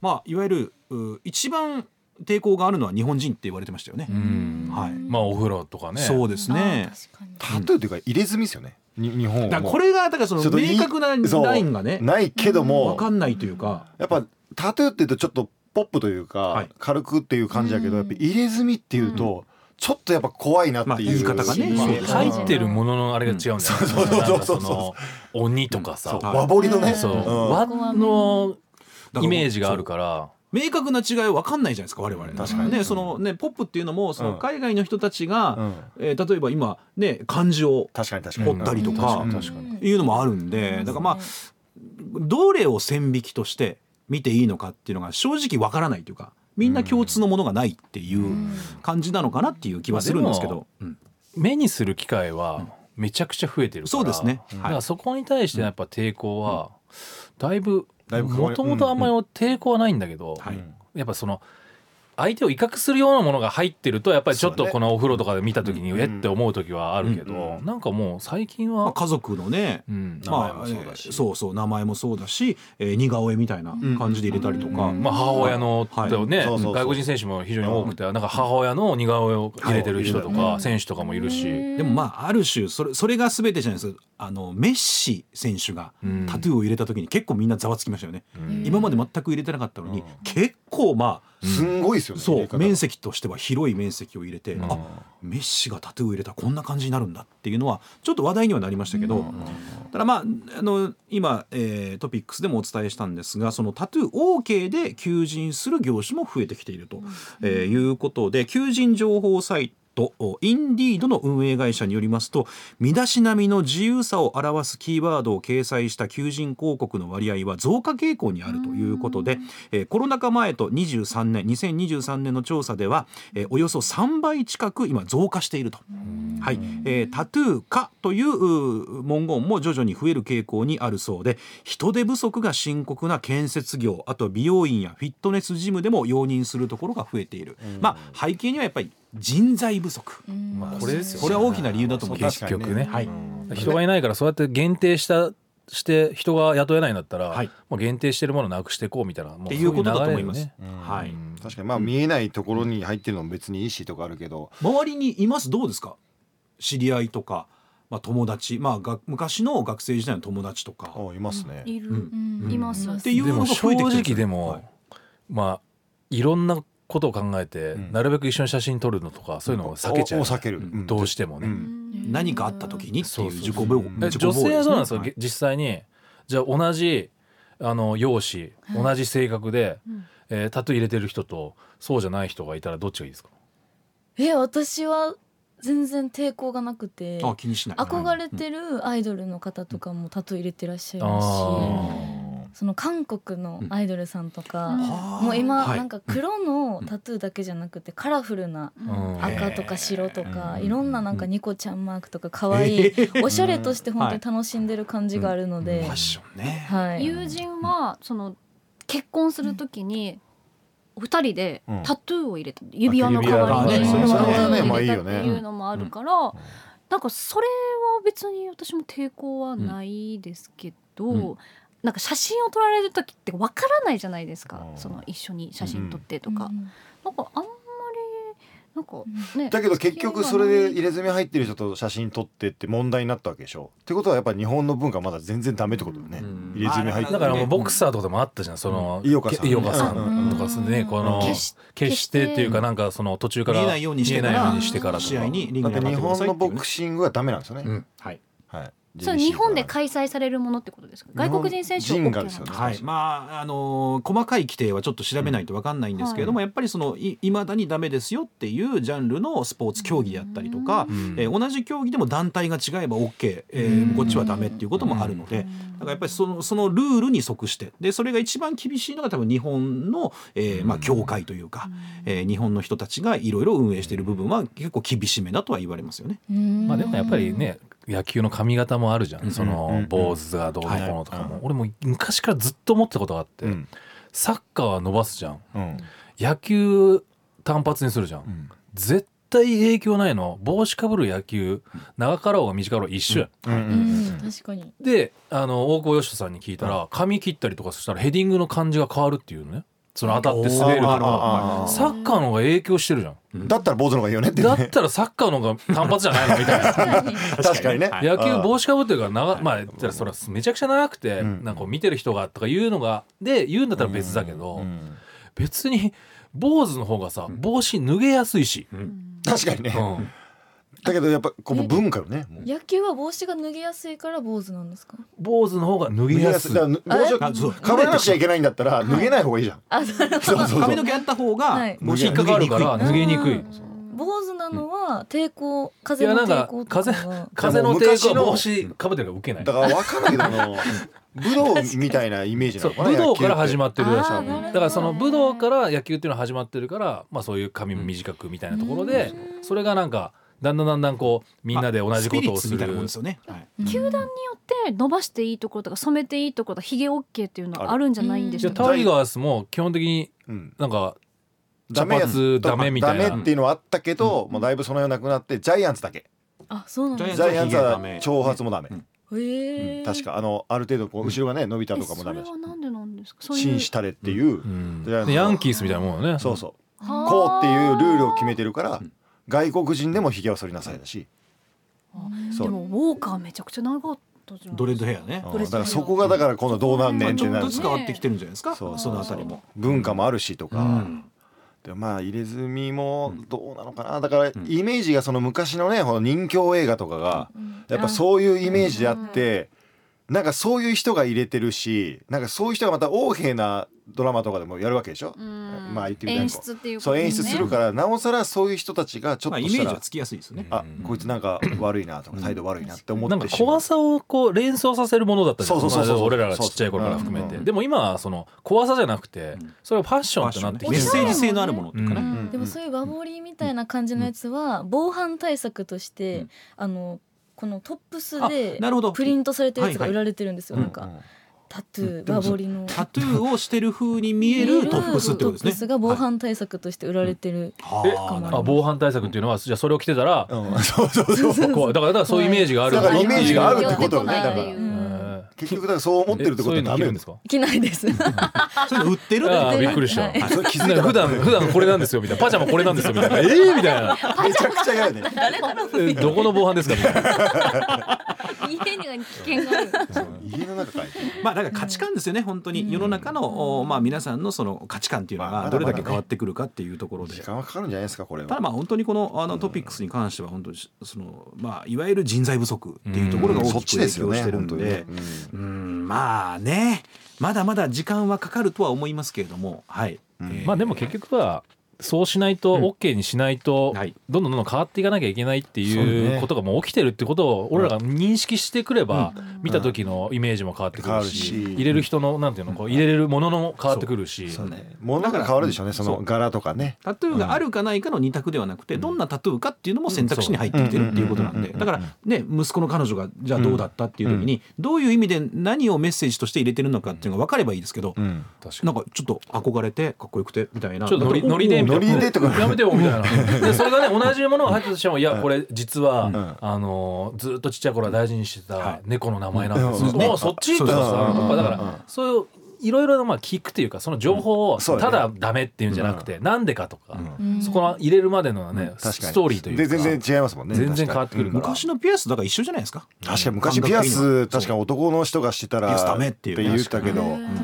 まあ、いわゆるうー一番抵抗があるのは日本人って言われてましたよね。うんはいまあお風呂とかねそうですねあー確かにタトゥーというか入れ墨ですよねに日本はもうだからこれがだからそのちょっとい明確なそうラインがねないけども分かんないというか。やっぱタトゥーって言うとちょっとポップというか、はい軽くっていう感じだけど、うんやっぱ入れ墨っていうと、ちょっとやっぱ怖いなっていう、まあ言い方がねうんそうですね入ってるもののあれが違うんじゃないですかうんそうそうそうそうなんかの鬼とかさそうはい和彫りのね、そううん和ののイメージがあるから明確な違いは分かんないじゃないですか我々確かにねそのねポップっていうのもそのうん海外の人たちが、うんえー例えば今ね漢字を確かに確かに彫ったりとかうん確かにうんいうのもあるんで、だからまあどれを線引きとして見ていいのかっていうのが正直分からないというかみんな共通のものがないっていう感じなのかなっていう気はするんですけど、うん目にする機会はめちゃくちゃ増えてるからそうですねだはいからそこに対してのやっぱ抵抗はだいぶだいぶ変わもりともとあんまり抵抗はないんだけど、はいやっぱその相手を威嚇するようなものが入ってるとやっぱりちょっそうとねこのお風呂とかで見た時にうんえって思う時はあるけど、うんなんかもう最近まあ、は、家族のねうん名前もそうだしまあえーそうそう名前もそうだし、えー似顔絵みたいな感じで入れたりとか、まあ、母親の、はいねそうそうそう外国人選手も非常に多くて、なんか母親の似顔絵を入れてる人とか、はい選手とかもいるし、でもまあある種それそれが全てじゃないですあのメッシ選手がうんタトゥーを入れた時に結構みんなざわつきましたよね、うん今まで全く入れてなかったのに、うん結構ますんごいですあよねそ入れう方面積としては広い面積を入れて、うんあメッシがタトゥーを入れたらこんな感じになるんだっていうのはちょっと話題にはなりましたけど、ただまああの今、えートピックスでもお伝えしたんですがそのタトゥー OK で求人する業種も増えてきていると、えーいうことで求人情報サイトインディードの運営会社によりますと身だしなみの自由さを表すキーワードを掲載した求人広告の割合は増加傾向にあるということで、えーコロナ禍前と23年2023年の調査では、えーおよそ3倍近く今増加していると。はいえータトゥー化というう文言も徐々に増える傾向にあるそうで人手不足が深刻な建設業あと美容院やフィットネスジムでも容認するところが増えている、まあ背景にはやっぱり人材不足、まあ、これですよ、ね、これは大きな理由だと思います結局ね、はい人がいないからそうやって限定したして人が雇えないんだったら、はいもう限定してるものなくしていこうみたいなもっていうことだと思いますそうう流れでねはうい、ん確かにまあ見えないところに入ってるのも別にいいしとかあるけど、周りにいますどうですか知り合いとか、まあ、友達、まあ、が昔の学生時代の友達とか。あいますねいる、うんいますっていうでのがも増正えてきてる直でも、はいまあいろんなことを考えて、んなるべく一緒に写真撮るのとかそういうのを避けちゃうおお避ける、んどうしてもね、うん何かあった時にっていう自己そうそう防そう自己え防衛ですね女性はどうなんですか、はいげ実際にじゃあ同じあの容姿はい同じ性格で、うんえータトゥー入れてる人とそうじゃない人がいたらどっちがいいですかえ私は全然抵抗がなくてあ気にしない憧れてるアイドルの方とかもタトゥー入れてらっしゃいあまーすしその韓国のアイドルさんとか、うんもう今はいなんか黒のタトゥーだけじゃなくてカラフルなうん赤とか白とかへーいろんななんかニコちゃんマークとか可愛い おしゃれとして本当に楽しんでる感じがあるのフでァッ、ションね、はい、友人はその結婚するときにお二人でうんタトゥーを入れた指輪の代わりに指輪タトがねそれはねゥーをまあい入いれたよっねていうのもあるからなんかそれは別に私も抵抗はないですけうんどなんか写真を撮られる時ってわからないじゃないですかうんその一緒に写真撮ってとかなんかあんまりなんかねだけど結局それで入れ墨入ってる人と写真撮ってって問題になったわけでしょってことはやっぱり日本の文化まだ全然ダメってことだよね、うん入れ墨入ってだからもうボクサーとかでもあったじゃんその、井岡さんけ井岡さうんとかですね、うんこの消し消してっていうかなんかその途中から見えないようにしてから見えないようにしてからとか試合にリンだグっにて日上がってくだ本さいのっていボうねクシングはダメなんですよね、うんはいはいそれ JBC 日本で開催されるものってことですか日本外国人選手人がですよねはい、まああのー細かい規定はちょっと調べないと分かんないんですけれども、やっぱりそのいまだにダメですよっていうジャンルのスポーツ競技であったりとか、うんえー同じ競技でも団体が違えば OK、えうー、んこっちはダメっていうこともあるので、だからやっぱりそのそのルールに即してでそれが一番厳しいのが多分日本の、えーまあ、協会というか、えー日本の人たちがいろいろ運営している部分は結構厳しめだとは言われますよね。ままあでもやっぱりね野球の髪型もあるじゃん、うんそうんうのん坊主がどうのこうのとかも、はい俺も昔からずっと思ってたことがあって、うんサッカーは伸ばすじゃんうん野球単発にするじゃん、うん絶対影響ないの帽子かぶる野球長かろうが短かろうが一緒や、うんうんううんん確 かにであの大久保嘉人さんに聞いたら髪切ったりとかしたらヘディングの感じが変わるっていうのねその当たって滑るとあああかあサッカーの方が影響してるじゃんだったら坊主の方がいいよねってねだったらサッカーの方が単発じゃないのみたいな確かにねは野球帽子かぶってるから長まあ言ったらそれはめちゃくちゃ長くて、うんなんかこう見てる人がとか言うのがで言うんだったら別だけど、うん別に坊主の方がさ帽子脱げやすいし、確かにねうんだけどやっぱこの文化よねもう野球は帽子が脱げやすいから坊主なんですか坊主の方が脱げやすいだから帽子をあそうかぶらなくちゃいけないんだったら脱げない方がいいじゃんあなるほどそうそうそう髪の毛あった方はがいもし引っかかるか引っからかる脱げにくいうん坊主なのは抵抗い風やのなん抵か抗とか風が風のでも抵昔抗の帽子かぶってるから受けないだから分かんないけどあの武道みたいなイメージなそうのかな武道から始っまってるらしいあーだなるほどねからその武道から野球っていうのは始まってるから、まあ、そういう髪も短くみたいなところで、それがなんかだんだんだんだんこうみんなで同じことをすスピるリッツみたいなもんですよね。はい球団によって伸ばしていいところとか染めていいところとかヒゲ OK っていうのはあるんじゃないんでいしやたっけタイガースも基本的になんか茶や髪ダメみたいダメなっていうのはあったけど、もうだいぶそのようなくなってジャイアンツだけあそうなんでジすジャかイアンツダはメ長髪もダメ、うんへえ確かあのある程度こう後ろがね伸びたとかもダメえだそしれはなんでなんですかそうい紳う士たれっていう、うんジャイアンツでヤンキースみたいなもんよねそうそうはあこうっていうルールを決めてるから、外国人でもひげを剃りなさいだし、そうでもウォーカーめちゃくちゃ長かったじゃんドレッドヘアね。うんこれだからそこがだから今度どうなんねんっちてょっなとるずつ変わってきてるんじゃないですか。そそうのあたりも。文化もあるしとか、うんでまあ入れ墨もどうなのかなだからイメージがその昔のねこの人形映画とかがやっぱそういうイメージであって、なんかそういう人が入れてるしなんかそういう人がまた横柄なドラマとかでもやるわけでしょ、うんまあ言ってみたら演出っていうことそうね演出するからなおさらそういう人たちがちょっまあとイメーしジたはらつきやすいですね。あこいつなんか悪いなとか態度悪いなって思なんっかてしま怖う。さをこう連想させるものだったじゃんそうそうそうそうまあ俺らがちっちゃい頃から含めそうてそうでも今はその怖さじゃなくてそれはファッションってなってきメてッるセージ性のあるものとかうね。でもそういう和彫りみたいな感じのやつは防犯対策として、あのこのトップスであなるほどプリントされてるやつがはいはい売られてるんですよ、うんなんかタトゥー和彫りのタトゥーをしてる風に見えるトップスってことですね。トップスが防犯対策として売られてる、はい。かあーもなるあほど防犯対策っていうのはじゃあそれを着てたらうん、そうそうそう こうだからだからそういうイメージがあるだからイメージがあるってことよね寄だっかてこならいっていううん結局だからそう思ってるってことはダメるよんですか着ないですそれ売ってるってああびっくりした、はいあそれ気づいた普段普段これなんですよみたいなパジャマこれなんですよみたいなええみた いなめちゃくちゃ嫌やねえどこの防犯ですかみたい な家には危険がある家の中かいまあだから価値観ですよね本当に世の中のおまあ皆さんのその価値観っていうのまあまがだどまだれねだけ変わってくるかっていうところで時。間はかかるんじゃないですかこれただはまあ本当にこのあのトピックスに関しては本当にしそのまあいわゆる人材不足っていうところが大そっきちくで影すよ響ねしてるん本当にねで、うんまあねまだまだ時間はかかるとは思いますけれどもはい、えーまあでも結局はそうしないと OK にしないとはいどんどんどんどん変わっていかなきゃいけないってそういねうことがもう起きてるってことを俺らが認識してくれば見た時のイメージも変わってくるし変わるし入れる人のなんていうのこう入れれるものの変わってくるしそうね物が変わるでしょうねその柄とかねタトゥーがあるかないかの二択ではなくて、どんなタトゥーかっていうのも選択肢に入ってきてるっていうことなんで、うんだからね息子の彼女がじゃあどうだったっていう時に、どういう意味で何をメッセージとして入れてるのかっていうのが分かればいいですけど、うんなんかちょっと憧れてかっこよくてみたいなちょっとノリノリでみたいなノリでとかやめてよみたい なでそれがね同じものが入ったとしてもいやこれ実は、んあのずっとちっちゃい頃は大事にしてはたい猫の名前なんです、うんもうそっちとかさそうそうそうやっぱだかうんらそういういろいろなまあ聞くというかその情報をんそうだたねだダメっていうんじゃなくて、なんでかとか、んそこは入れるまでのね、確かにストーリーというかで全然違いますもんね全然変わってくるから、昔のピアスだから一緒じゃないですか。確かに昔ピアス確かに男の人がしてたらピアスダメっていう言ったけどへーそうなん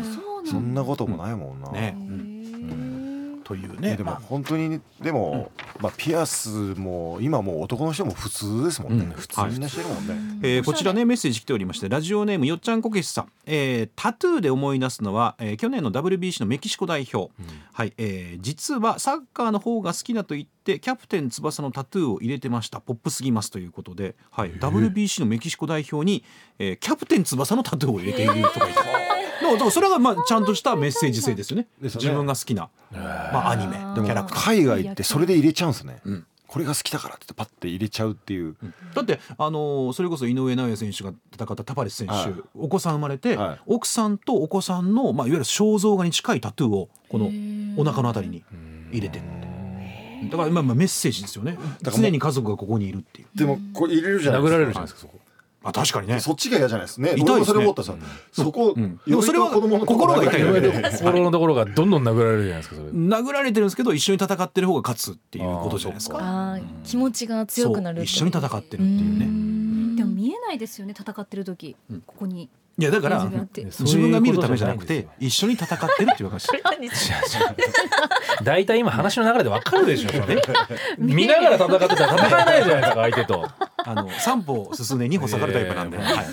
だそんなこともないもんなね、へーといういやねでもまあ本当にでも、まあピアスも今もう男の人も普通ですもんね、うん普通みんなしてるもんね、えーこちらねメッセージ来ておりましてラジオネームよっちゃんこけしさん、えータトゥーで思い出すのは、えー去年の WBC のメキシコ代表、はいえー実はサッカーの方が好きだと言ってキャプテン翼のタトゥーを入れてましたポップすぎますということで、はい、WBC のメキシコ代表に、えーキャプテン翼のタトゥーを入れているとか言ってだからそれがまあちゃんとしたメッセージ性ですよねですよね自分が好きな、まあ、アニメキでャラもクター海外ってそれで入れちゃうんですね、うんこれが好きだからって言ってパッて入れちゃうっていう、だってあのーそれこそ井上尚弥選手が戦ったタパレス選手、はいお子さん生まれて、はい奥さんとお子さんの、まあ、いわゆる肖像画に近いタトゥーをこのお腹のあたりに入れてるってだから、まあ、まあメッセージですよねだからもう常に家族がここにいるっていうでもこれ入れるじゃない殴られるでじゃすかないですかそこあ確かにねそっちが嫌じゃないですね痛いですね俺もそれ思ったさ、そこ、んよりそれは子供の頃心が痛いよね中で心のところがどんどん殴られるじゃないですかそれ殴られてるんですけど一緒に戦ってる方が勝つっていうことじゃないですかあー気持ちが強くなるそうと一緒に戦ってるっていうねでも見えないですよね戦ってる時ここにいやだから自分 がって自分が見るためじゃなくそういうてこ一緒に戦ってるっていう話大体今話の流れでわかるでしょそれ見ながら戦ってたら戦えないじゃないですか相手とあの三歩進んで二歩下がるタイプなんで、えーはい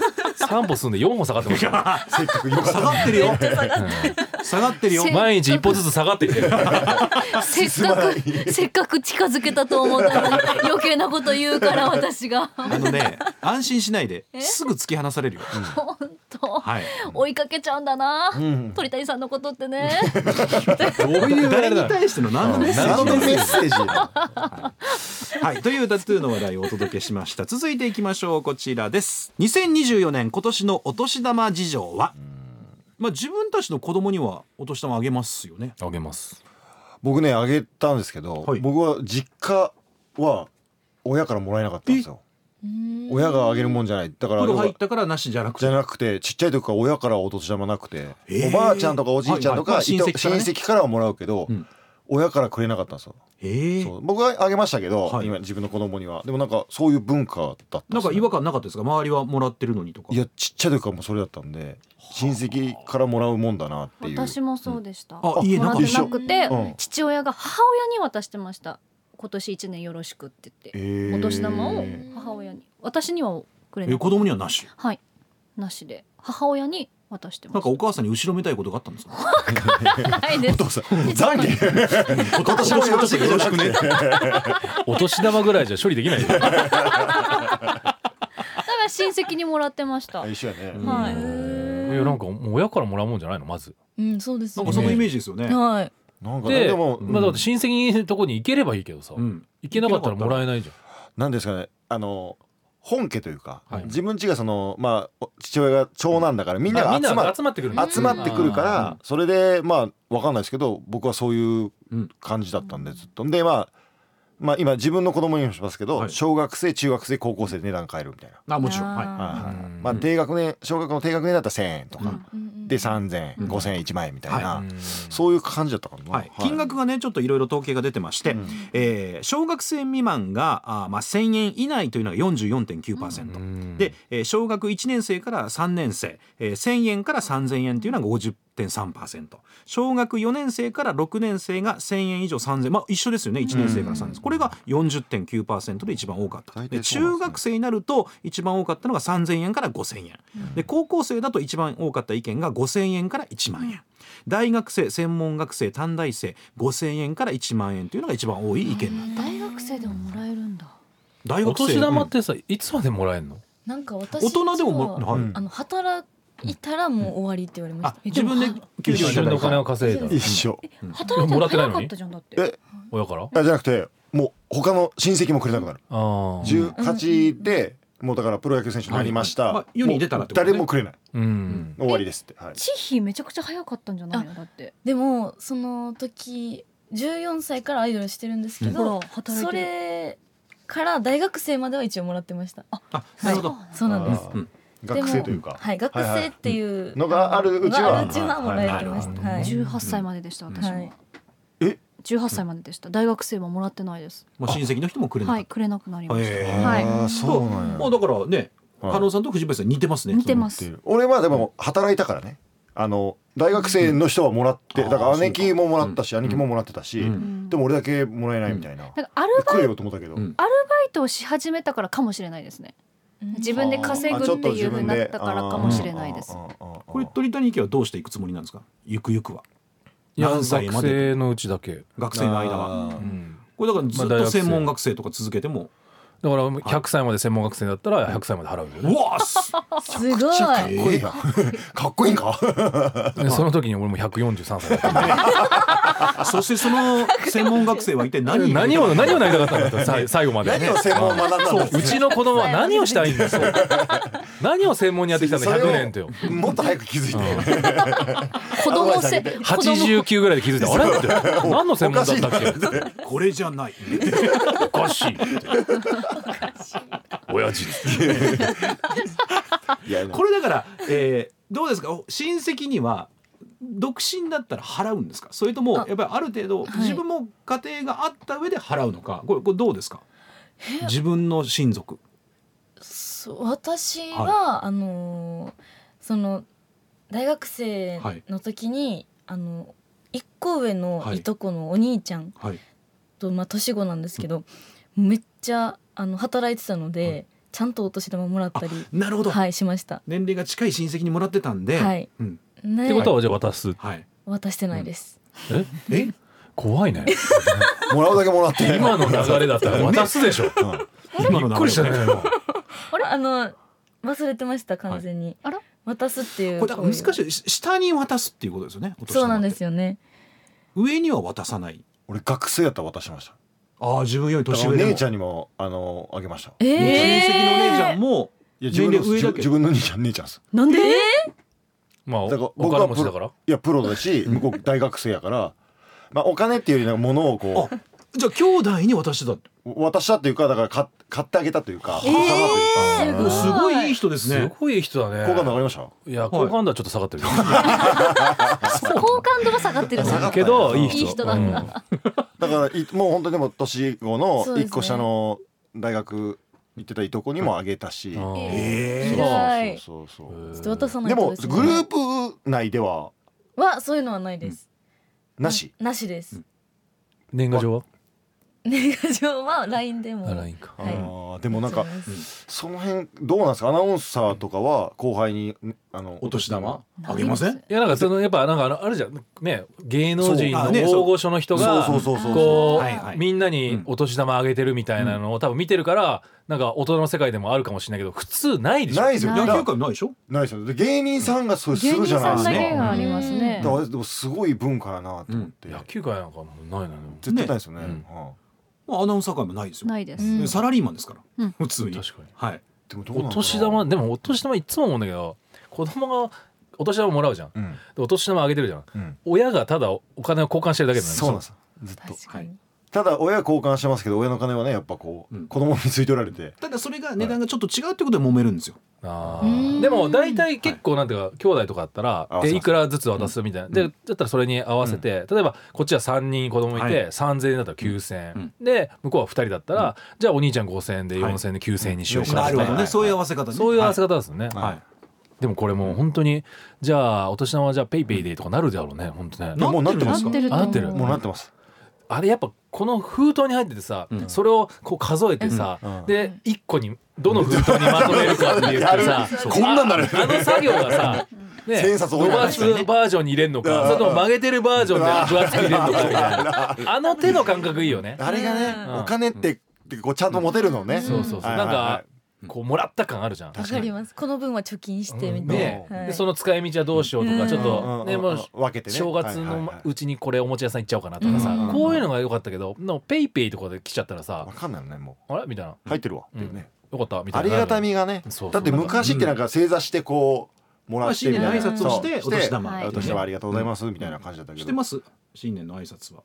3歩進んで4歩下がってましたよせっかくよかった下がってるよ下がってるよせ毎日一歩ずつ下がってきてるせっかくせっかく近づけたと思ったのに余計なこと言うから私があのね、安心しないで、えすぐ突き放されるよ。本当はい。追いかけちゃうんだなうん鳥谷さんのことってねどういう誰にだ対しての何のメッセー何ジのなんメッですセージか。はい、というタトゥーの話題をお届けしました。続いていきましょう。こちらです。2024年今年のお年玉事情は。まあ自分たちの子供にはお年玉あげますよね。あげます僕ねあげたんですけど、はい僕は実家は親からもらえなかったんですよ親があげるもんじゃないだからプロ要は入ったからなしじゃなくじて。ゃなくてちっちゃい時から親からお年玉なくて、えーおばあちゃんとかおじいちゃんとか、はいはいいとまあ親戚からね親戚からはもらうけど、うん親からくれなかったんですよ、ええそう僕はあげましたけど、はい今自分の子供にはでもなんかそういう文化だったなんですかね違和感なかったですか。周りはもらってるのにとか。いやちっちゃい時からもうそれだったんで親戚からもらうもんだなっていう私もそうでしたあ、家もならかっったて一緒なくて、うん父親が母親に渡してました今年一年よろしくって言って、えお年玉を母親に私にはくれえなー、か子っ供にはなし。たはいなしで母親に渡してなまんかしお母さんに後ろめたいことがあったんですか。たないでお父さすん 懺悔今年もよろしくよろしくね。お年玉ぐらいじゃ処理できないよだから親戚にもらってましたあはい一緒やね、いいやなんかもう親からもらうもんじゃないのまずうんそうですなんよかねそのイメージですよね。はいなんかねででも、まあだって親戚のとこに行ければいいけどさうん。行けなかったらもらえないじなんですかねあの本家というか、はい自分家がそのまあお父親が長男だからみゃんんなあがみんな集まがる集まってくるんだ集まってくるから、うんそれでまあわかんないですけど僕はそういううん感じだったんでずっとでまあまあ今自分の子供にもしますけど、はい小学生中学生高校生で値段変えるみたいな、あ、もちろん。はい。あはいはいうんまあ低学年小学校の低学年だったら1,000円とか、うんうんで3,0005000、うん5,000 1万円みたいな、うんそういう感じだったかな、はい、金額がねちょっといろいろ統計が出てまして、うんえー小学生未満があー、まあ、1,000円以内というのが44.9%、うんで、えー小学1年生から3年生、えー1,000円から3,000円というのが50.3%小学4年生から6年生が1,000円以上3,000まあ一緒ですよね1年生から3年生これが40.9%で一番多かった大で体そうなんです中ね学生になると一番多かったのが3,000円から5,000円で高校生だと一番多かった意見が5,000円から1万円。大学生専門学生短大生5,000円から1万円というのが一番多い意見だった大学生でももらえるんだ大お学生年玉っうんてさいつまでもらえんのなんか私大人でもも実ははいうんあの働いたらもう終わりって言われまあした自分で給一料いた瞬のだいお金たを稼いだ一緒、働いてももらっらっててないなのにかったじゃんだってえ親からあじゃなくてもう他の親戚もくれなくなる、あー18でもうだからプロ野球選手になりました、はいまあ世に出たらってことね誰もくれないうん終わりですって、はい、地費めちゃくちゃ早かったんじゃないのだってでもその時14歳からアイドルしてるんですけほど、ら働いそてるれから大学生までは一応もらってました。あなるほどはそうなんです。あーうん学生というか、はい、学生っていうのがあるうちはあるうちはもらえてました。はいは十い。八歳まででした私はもい。十八歳まででした大学生はもらってないですまあ親戚の人もくれなはかっいくれなくなりたましたへはいあーーそうなんやもうだからねはい加納さんと藤林さん似てますね似てまっていすう俺はでも働いたからねあの大学生の人はもらって、うんだかあらー姉貴ももらったし、ん兄貴ももらってたし、うんんでも俺だけもらえないみたいな、なんかアルバくれイよと思ったけど、うんトをし始めたからかもしれないですね自分で稼あぐちょっっとてい自うふう分にでなったからかもしれないですあーあーあーあーこれ鳥谷家はどうしていくつもりなんですかゆくゆくは何歳ま学で生のうちだけ、学生の間はあーうんこれだからずっまあ大と学生専門学生とか続けてもだから100歳まで専門学生だったら100歳まで払うようね、わす すごいかっこいいやんかっこいいんかでその時に俺も143歳だったんだそしてその専門学生は一体けど何何を何をなりたかったんだとさい最後まで何を専門学んだんだろううちの子供は何をしたい んだと何を専門にやってきたんだそれを100年ってよもっと早く気づいて、ア子供せドバイスあげて子供89ぐらいで気づいたあれって何の専門だったっけこれじゃない おかしいって親父いや これだから、えーどうですかお親戚には独身だったら払うんですかそれともやっぱりある程度い自分も家庭があった上で払うのかこれこれどうですか自分の親族そう私は、あのーその大学生の時に、あの一個上のはいいとこのお兄ちゃんはいと、まあ年子なんですけど、めっちゃあの働いてたので、ちゃんとお年玉もらったりなるほど、はいしました。年齢が近い親戚にもらってたんで、はいうんっねてことはじゃあ渡すはい、渡してないです。ええ怖いねもらうだけもらって今の流れだったら 渡すでしょ今びっくりしたね流れ今あの忘れてました完全に。あら渡すっていうこれだから難行為しいし下に渡すっていうことですよねをそうなんですよよね。上には渡さない俺学生やったら渡しましたああ自分よりだか年ら上でも姉ちゃんにもあのあげましたえ親戚のお姉ちゃんもいや自分の年齢上だけど自分の兄ちゃん姉ちゃんですなんで、まあおだからお僕金は持ちだからいやプロだし向こう大学生やからまあお金っていうよりなんか物をこあじゃあ兄弟に渡してたってう渡したっていうかだから買っ買ってあげたというかえー幼というかごいすごいいい人ですすねごい人だね好感度上がりましたいやい好感度はちょっと下がっ てる好感度が下がってるんです下がよっけどいい人いい人なんだだからいもう本当にでも年後そうのですね一個下の大学行ってたいとこにもあげたし、うんえそうえ偉いそうそうそうちょっと渡さなでいともですねグループ内でははそういうのはないです。なし、なしです。年賀状は年賀状は LINE でもあ LINE かあはいーでもなんかその辺どうなんですかアナウンサーとかは後輩にあのお年玉ああげげまませせんんいやなんかそのやっぱなんかあのあるじゃんね芸能人そうあのねそう大御所の人がそうそうそうそうこはいはいうみんなにお年玉あげてるみたいなのを多分見てるからなんか大人の世界でもあるかもしれないけど普通ないでしょないですよなだい野から球界ないでしょないですよで芸人さんがそれす芸る人じゃないですかさんだけがありますだねから私でもすごい文化だなと思って、野球界なんかもうないのよ絶対ないですよねねうんはまあアナウンサー界もないですよないですうんでサラリーマンですから、うん普通に確かにはいいでもどうおなんだろう年玉でもお年玉いつも思うんだけど子供がお年玉もらうじゃんでうんお年玉あげてるじゃんうん親がただお金を交換してるだけなんですそうなんですずっと確かに。ただ親は交換してますけど親の金はねやっぱこう、うん子供についておられてただそれが値段がちょっと違うってことで揉めるんですよ、あうーんでも大体結構なんていうか兄弟とかだったらあそうでそういくらずつ渡すみたいなでだったらそれに合わせて例えばこっちは3人子供いはてい3,000円だったらう9,000ん円で向こうは2人だったらじゃあお兄ちゃん5,000円ではい4,000円で9,000円にしようかなるみほどたいね、なそういう合わせ方ねそういう合わせ方ですよねはい、はいでもこれもう本当にじゃあお年玉はじゃあペイペイでとかなるだろうね本当ねやもうなってまなすってるとな思ってるもうなってますあれやっぱこの封筒に入っててさ、うんそれをこう数えてさ、うんで一個にどの封筒にまとめるかってい うやさるこんなんなるああの作業 がさ、ね、千冊多い伸ばすバージョンに入れんのうんかそれとも曲げてるバージョンで分厚く入れんのかみ たいなあの手の感覚いいよね。あれがね、うんお金ってこうちゃんと持てるのね、そうそうそうはいなはんいかこうもらった感あるじゃん。わかります。この分は貯金してみたいねねな。はでいその使い道はどうしようとうかんちょっうんとねうんもうんう分けてね正月はいはいのはいうちにこれおもちゃ屋さん行っちゃおうかなとかさうんこういうのが良かったけどでもペイペイとかで来ちゃったらさわかんないよねもあれみたいなう入ってるわっていうね、よかったみたあいなりがたみがねそうそうだって昔ってなんか正座してこうもらって新み年のた挨いな拶をしてそおう年玉、はおい年玉ありがとうございますみたいな感じだったけどしてます新年の挨拶は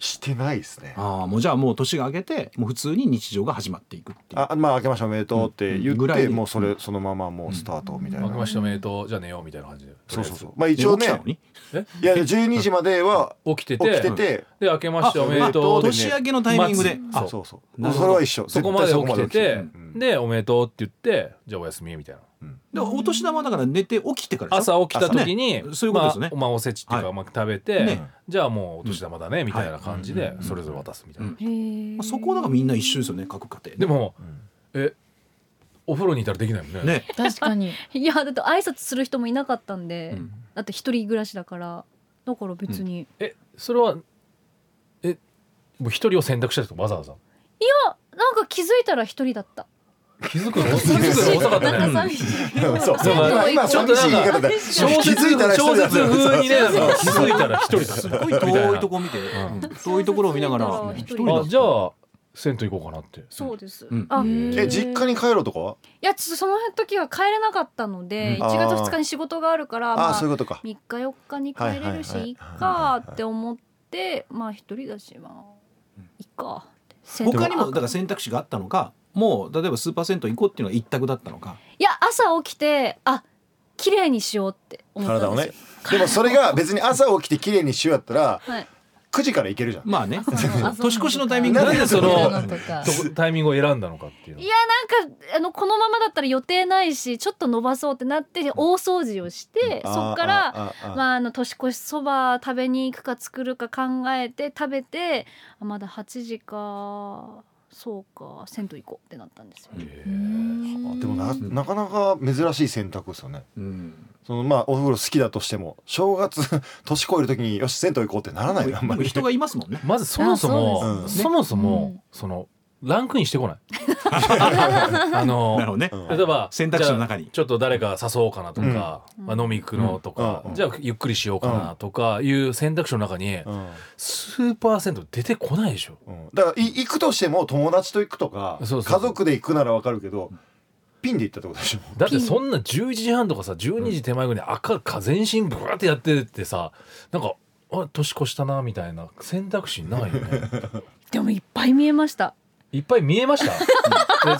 してないですねああもうじゃあもう年が明けてもう普通に日常が始まっていくっていうあまあ明けましておめでとうって言うんぐっらいて、でもうそれそのままもうスタートみたいな、明けましておめでとうじゃあ寝ようみたいな感じでそうそうそうまあ一応ねで起きたのにいや12時までは 起きて起きててて、で明けましておめでとうであ年明けのタイミングで待つあそそううそうなるほどそれは一緒そこまで絶起対きててうんでおめでとうって言ってじゃあおやすみみたいなでお年玉だから寝て起きてからでしょ朝起きた時に、ねそういうことですよねまあまあおせちっていうはかいまあ食べて、ねじゃあもうお年玉だねみたいな感じはいでうんそれぞれ渡すみたいな、うんへまあそこはだからみんな一緒ですよね各家庭ねでも、えお風呂にいたらできないもんねね確かに いやだって挨拶する人もいなかったんで、うんだって一人暮らしだからだから別に、えそれはえもう一人を選択したりとかわざわざなんか気づいたら一人だった気づくの気づくの遅かったねなんか寂しいそうそうなん今か今ちょっと寂しい言い方でちょっ気づいたら一小人だっ説た風にねなんか気づいたら一人だすごい遠いとこ見て、んうん遠いところを見ながら一一人人だだあじゃあ銭湯行こうかなってそうです、うんあうんえ実家に帰ろうとかは？いやちょその時は帰れなかったので、うん1月2日に仕事があるからまああそういうことか。 3日4日に帰れるはいはいはいしいっかって思ってまあ一人だしまあいっかって他にも洗濯だから選択肢があったのかもう例えばスーパー銭湯行こうっていうのが一択だったのかいや朝起きてあ綺麗にしようって思った体んをですねよ、。でもそれが別に朝起きて綺麗にしようやったらはい、 9時から行けるじゃん。まあねの 年越しのタイミングなんでそのなんでそのどこタイミングを選んだのかっていうのいやなんかあのこのままだったら予定ないしちょっと伸ばそうってなって大掃除をしてそっからあーあーあーまあ、あの年越しそば食べに行くか作るか考えて食べてあまだ8時かそうか銭湯行こうってなったんですよ。えうーんでもななかなか珍しい選択ですよね。うんそのまあお風呂好きだとしても正月 年越える時によし銭湯行こうってならないのあんまもうり。人がいますもんねまずそもそもあそうそですねもそも、うんそのランクインしてこないあなるほのどねうん例えば選択肢の中にじゃあちょっと誰か誘おうかなとか、うんまあ、飲み行くのとか、うんじゃあゆっくりしようかなとかいう選択肢の中にうんスーパー銭湯出てこないでしょうんだからい行くとしても友達と行くとかそうそう家族で行くならわかるけどピンで行ったってことでしょ。だってそんな11時半とかさ12時手前ぐらいに赤か全身ブワーってやってってさなんかあ年越したなみたいな選択肢ないよねでもいっぱい見えました。いっぱい見えました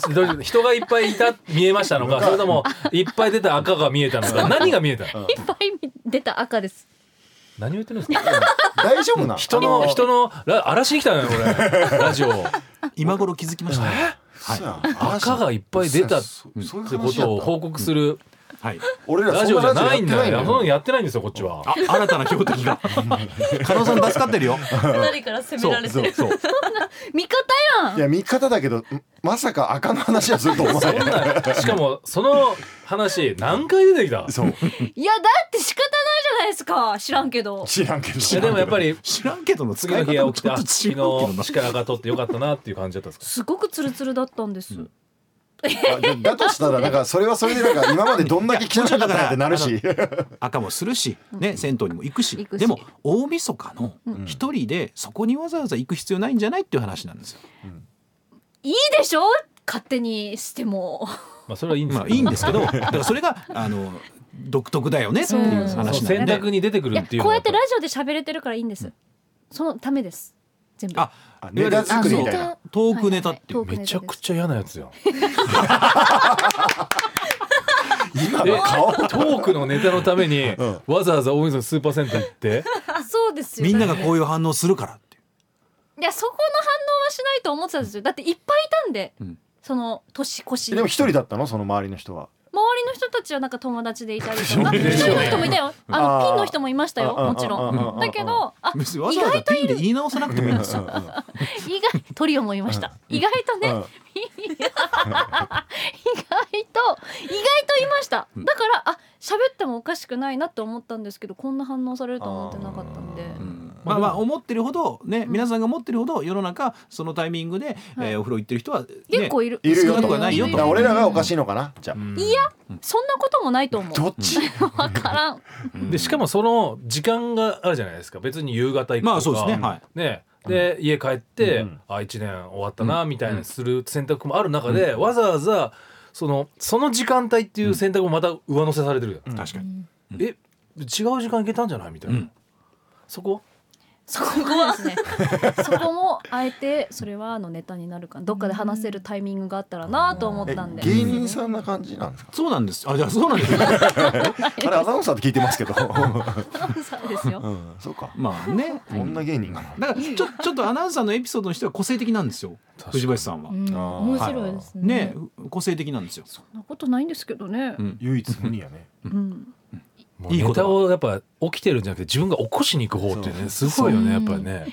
えどういう人がいっぱいいた見えましたのかそれともいっぱい出た赤が見えたのか何が見えたのいっぱい見出た赤です。何を言ってるんですか大丈夫な人の人のラ荒らしに来たのよ俺ラジオを今頃気づきましたね赤がいっぱい出たっそうそういうてこ話だとをった報告するはい俺らラジそんオじなゃラジオないんだやよってなそんいなののやってないんですよこっちはあ新たな標的 が加納さん助かってるよ隣から責められてるそう味方やん。いや味方だけどんまさか赤の話はすると思わそんないな しかもその話何回出てきたそういやだって仕方ないじゃないですか。知らんけど。知らんけどいやでもやっぱり知らんけどの次使のい日方起もきちょたっと違昨うけどな日力が取ってよかったなっていう感じだったんですかすごくツルツルだったんです。あでだとしたらなんかそれはそれでなんか今までどんだけ汚かったかってなるし赤もするし、ね、銭湯にも行くし行くしでも大晦日の一人でそこにわざわざ行く必要ないんじゃないっていう話なんですよ。いいでしょ。勝手にしても。まあそれはいいんですまあけどいいんですけどだからそれがあの独特だよねっていう話そなのん選で。択に出てくいるやっていうこうやってラジジオで喋れてるからいいんです。そのためです。全部。ああネタ作りみたいなトークネタってはいはいめちゃくちゃ嫌なやつやん今での顔トークのネタのために、んわざわざ大水のスーパーセント行ってゃ。そうですよ。みんながこういう反応するからっていう。いやそこの反応はしないと思ってたんですよだっていっぱいいたんで、んその年越しで周もり一人だったのその周りの人はの人たちはなんか友達でいたりとかピンでしょうねの人もいたよああのーピンの人もいましたよああもちろああんあだけどあ別にわざわざピンで言い直さなくてもいいんですよ。意外トリオもいました意外とねう意ん外と意外といましただからあ喋ってもおかしくないなって思ったんですけどこんな反応されるとは思ってなかったんでまあまあ思ってるほどね皆さんが思ってるほど世の中そのタイミングでえーお風呂行ってる人はね結構いるいるよ少なとくはないよだとから俺らがおかしいのかなじゃあいやそんなこともないと思うどっちわからんでしかもその時間があるじゃないですか別に夕方行くとか、まあそうですねはいねで家帰って、うんあ1年終わったなみたいなする選択もある中で、わざわざそのその時間帯っていう選択もまた上乗せされてるじゃん、確かに。え違う時間行けたんじゃないみたいな、うんそこそこはですねそこもあえてそれはあのネタになるかどっかで話せるタイミングがあったらなと思ったんでえ芸人さんな感じなんですかそうなんですあじゃあそうなんですよあれアナウンサーって聞いてますけどそうですようんそうかまあね女芸人かなだからちょ ちょっとアナウンサーのエピソードにしては個性的なんですよかに藤林さんはう。あん、ー面白いですね。ね個性的なんですよ。そんなことないんですけどねうん唯一無二やねうんもういいネことだタをやっぱ起きてるんじゃなくて自分が起こしに行く方ってねすごいよねやっそうぱりね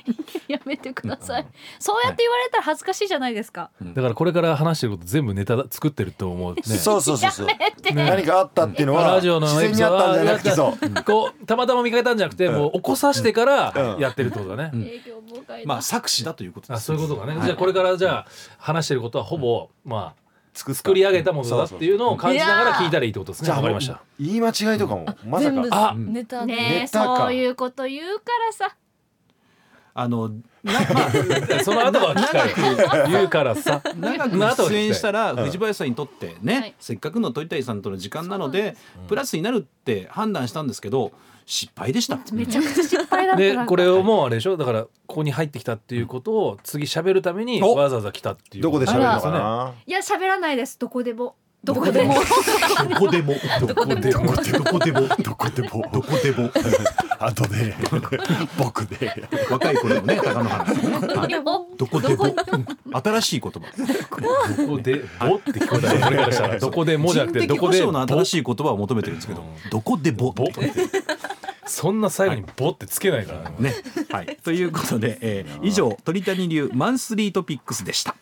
やめてくださいそうやって言われたら恥ずかしいじゃないですかだからこれから話してること全部ネタ作ってると思うねそうそうそうそうやめて何かあったっていうのはラジオの自エ然ピにソーあドったんじゃなくてそうこうたまたま見かけたんじゃなくて、もう起こさせてからうんやってるってことだね、営業妨害だまあ作詞だということであす。そういうことがね、はいじゃあこれからじゃあ話してることはほぼ、まあ作作り上げたものだっていうのを感じながいらやー聞いたらいいってことですねじゃあわかりました言い間違いとかもまさ全部かあネタで、ねえネタかそういうこと言うからさあの なまあその後は聞きたい言うからさ長の後はく聞き出たい演したら藤林さんにとってね、はいせっかくの鳥谷さんとの時間なのそうなんでプラスになるって判断したんですけど失敗でした。めちゃくちゃ失敗だったでなんかこれをもうあれでしょだからここに入ってきたっていうことを次喋るためにおわざわざ来たっていうどこで喋るのあらかないや喋らないですどこでもどこでもどこでもどこでもどこでもどこでもどこでも後で僕で若い頃のね高野花さんね。 はいどこでも新しい言葉。どこで「ぼ」って聞こえたらこれからしたらどこ でもじゃな くて人ど的こ保で障の新しい言葉を求めてるんですけどどこでぼってぼそんな最後に「ぼ」ってつけないからねね。はい、ということで、えー以上鳥谷流マンスリートピックスでした。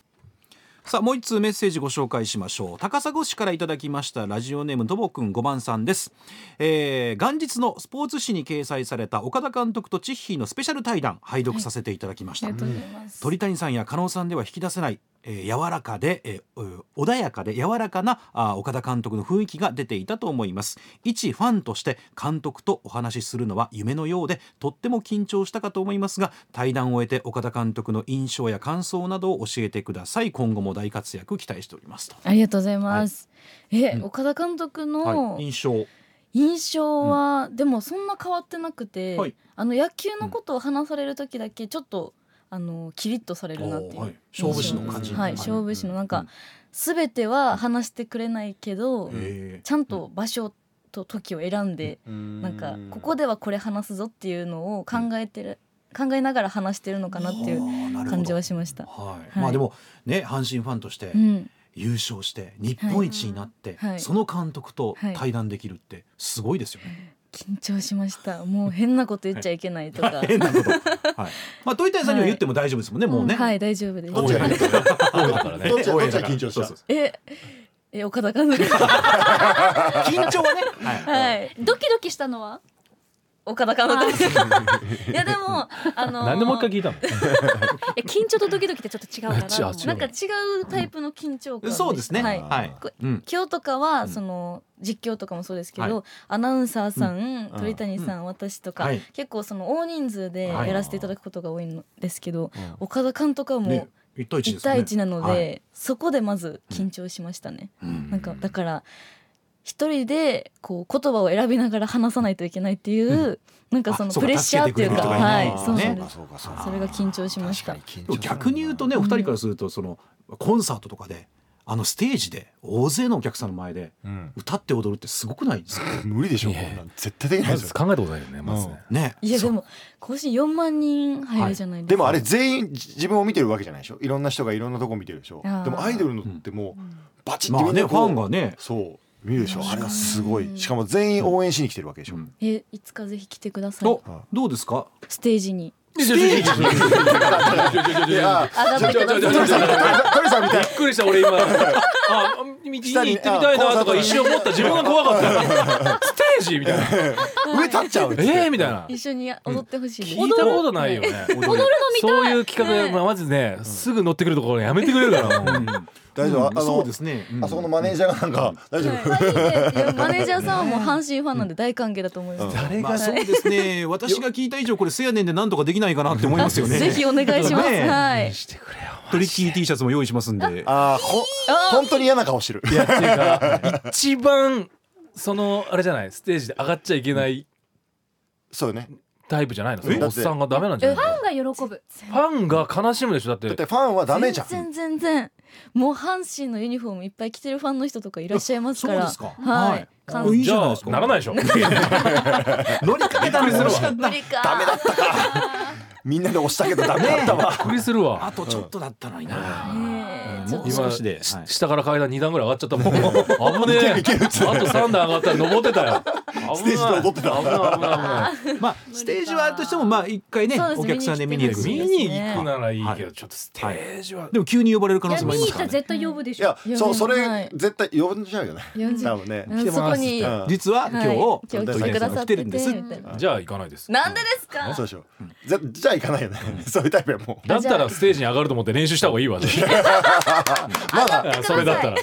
さあもう一通メッセージご紹介しましょう高砂市からいただきましたラジオネームとぼくん5番さんです、えー元日のスポーツ紙に掲載された岡田監督とチッヒーのスペシャル対談拝読させていただきました、ありがとうございます。鳥谷さんや加納さんでは引き出せない、えー柔らかで、えーう穏やかで柔らかなあー岡田監督の雰囲気が出ていたと思います一ファンとして監督とお話しするのは夢のようでとっても緊張したかと思いますが対談を終えて岡田監督の印象や感想などを教えてください今後も大活躍期待しておりますと、ありがとうございます。え、うん岡田監督はのい、印象印象は、でもそんな変わってなくて、はいあの野球のことを話される時だけちょっと、あのキリッとされるなっていおーう、はい勝負師の感じはい、はい勝負師のなんうかん、すべては話してくれないけど、えちゃんと場所と時を選んで、なんかここではこれ話すぞっていうのを考えてる、考えながら話してるのかなっていう感じはしました。はいはいまあでもね阪神ファンとしてうん、優勝して日本一になって、はいその監督とはい対談できるってすごいですよね。緊張しました。もう変なこと言っちゃいけ ないとか。 変なこと。はい。まあ鳥谷さんには言っても大丈夫ですもんね、もうね。はい、大丈夫です。どっちが緊張したそうだからねどっちが応ど援っちだがから緊張したそうそうえ、え、岡田監督。緊張はね。はい。はい。ドキドキしたのは岡田監督です。いや、でも、あのー。なんでもう一回聞いたのえ緊張とドキドキってちょっと違うかなと思違う違うななんんかか違うタイプの緊張感。そうですね。は。はいい。はいこ。うん。今日とかは、うんその実況とかもそうですけはど、アナウンサーさん、うん鳥谷さん、私とか、はい結構その大人数ではいやらせていただくことが多いんですけど、うん岡田監督はもねう一対一で一すよね。対一なので、はいそこでまず緊張しましたね。うんなんかだから一人でこう言葉を選びながら話さないといけないっていう、なんかそあのそうかプレッシャーっていうか助けてくはれいる人そうがいなないんとであす、そうかそうかそれが緊張しました確かに緊張するな逆に言うとね、お二人からするとそのコンサートとかで。あのステージで大勢のお客さんの前でうん歌って踊るってすごくないですか無理でしょいこやんなん絶対できないまですずよ考えたことないよねまずねねいやでも甲子園4万人入るじゃないですか、でもあれ全員じ自分を見てるわけじゃないでしょいろんな人がいろんなとこ見てるでしょあーでもアイドルのってもうバチッてまあみんねなフこァうンがねそう見るでしょうんあれはすごいしかも全員応援しに来てるわけでしょうんえいつかぜひ来てくださいおどうですかステージにステージいや上がってくださいトリさんみたいびっくりした俺今あ見に行下ってにみたいなとか一瞬思った自分が怖かったステージみたいな上立っちゃうえーみたいな一緒に踊ってほしいです、聞いたことないよね踊るの見たいそういう企画まあまずねすぐ乗ってくるところやめてくれるからもう大丈夫あうんあそうのですね。あそこのマネージャーがなんか大丈夫マジでいやマネージャーさんはもう阪神ファンなんで大歓迎だと思います、うんまあ、そうですね私が聞いた以上これせやねんでなんとかできないかなって思いますよねぜひお願いします、ねえはいしてくれよトリッキー T シャツも用意しますんであーほ本当に嫌な顔してるいやっていうか一番そのあれじゃないステージで上がっちゃいけないそうよねタイプじゃないのそえのおっさんがダメなんじゃないのファンが喜ぶ全ファンが悲しむでしょだっだっててファンはダメじゃん全然全然もう阪神のユニフォームいっぱい着てるファンの人とかいらっしゃいますそかうらですか。はいは完全いいいじじゃゃないであすか。ならないでしょ乗りかけたのに惜しかっ無た。理かダメだったみんなで押したけどダメだったわびっくりするわあとちょっとだったのにな。ねえちょっもうと少しでしはい下から階段2段ぐらい上がっちゃったもん危ねえあと3段上がったら登ってたよステージで踊ってた危ない危ない危ないまあステージはあるとしてもまあ一回ねそうですお客さんで見にいや行く。見ねに行くならいいけど、ちょっとステージは、でも急に呼ばれる可い能や性見もありまにす行っかたららね。絶対呼ぶでいしょやそうそはれい絶対呼んじゃうよね多分ねうん来てそまこすってにうん今実は今日日今来日てくださっ来てるてんてですみたいなじゃあ行かないですなんでですかそうでしょじゃじゃあ行かないよね そういうタイプやもだったらステージに上がると思って練習した方がいいわ、うまだあそれだったら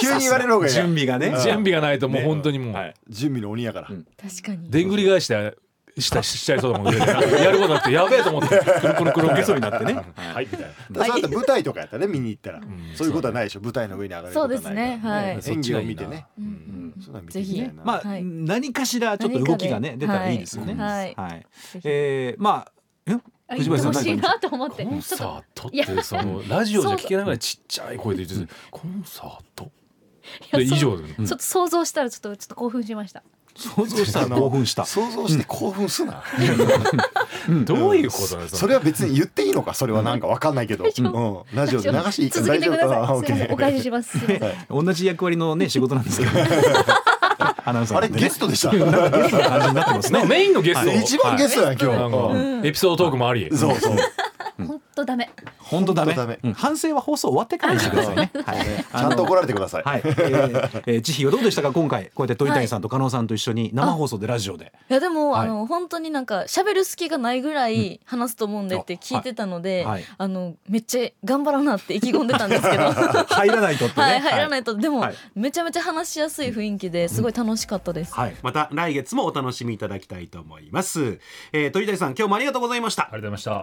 急に言われる方がいい準準備がね。準備がないともう本当にもう、はい備の鬼やからん確かにでんぐり返してしたしちゃいそうだもんねやることなくてやべえと思ってくるくるくる受けそうになってね。はいみたいなだからそうやって舞台とかやったらね見に行ったらんそういうことはないでしょ舞台の上に上がるこそとうではすないねはい演技を見てねうんそうだ見てぜみたひいなまあ、はい何かしらちょっと動きがね何かで出たらいいですよね。はいはいぜひえーまあえあ藤行森ってさんほしい何かあなと思ってコンちょっサとートってそのラジオじゃ聞けないぐらいちっちゃい声で言っててコンサートで以上でちょっと想像したらちょっとちょっと興奮しました。想像したら興奮した。想像して興奮すなどういうことなんですそれは別に言っていいのかそれはなんかわかんないけど、うん、ラジオで流していい続けてください。すいませんお返ししまます。すいません同じ役割のね仕事なん ですけど。アナウンサーあなれんでゲねストでした 一そんな感じになってますね。メインのゲスト、番ゲストだよなん今日、かエピソードトークもありうんそうそう本当ダメ。本当ダメほんとダメうん反省は放送終わってからにしてくださいね。はい。ちゃんと怒られてください、はい。えーえー千尋どうでしたか今回こうやって鳥谷さんと加納さんと一緒に生放送でラジオで。いやでも、はいあの本当になんか喋る隙がないぐらい話すと思うんでって聞いてたので、あはいはいあのめっちゃ頑張らなって意気込んでたんですけどは入らないとってね。い入らないとでも、はいめちゃめちゃ話しやすい雰囲気ですごい楽しかったです、はい。また来月もお楽しみいただきたいと思います、えー、鳥谷さん今日もありがとうございましたありがとうございました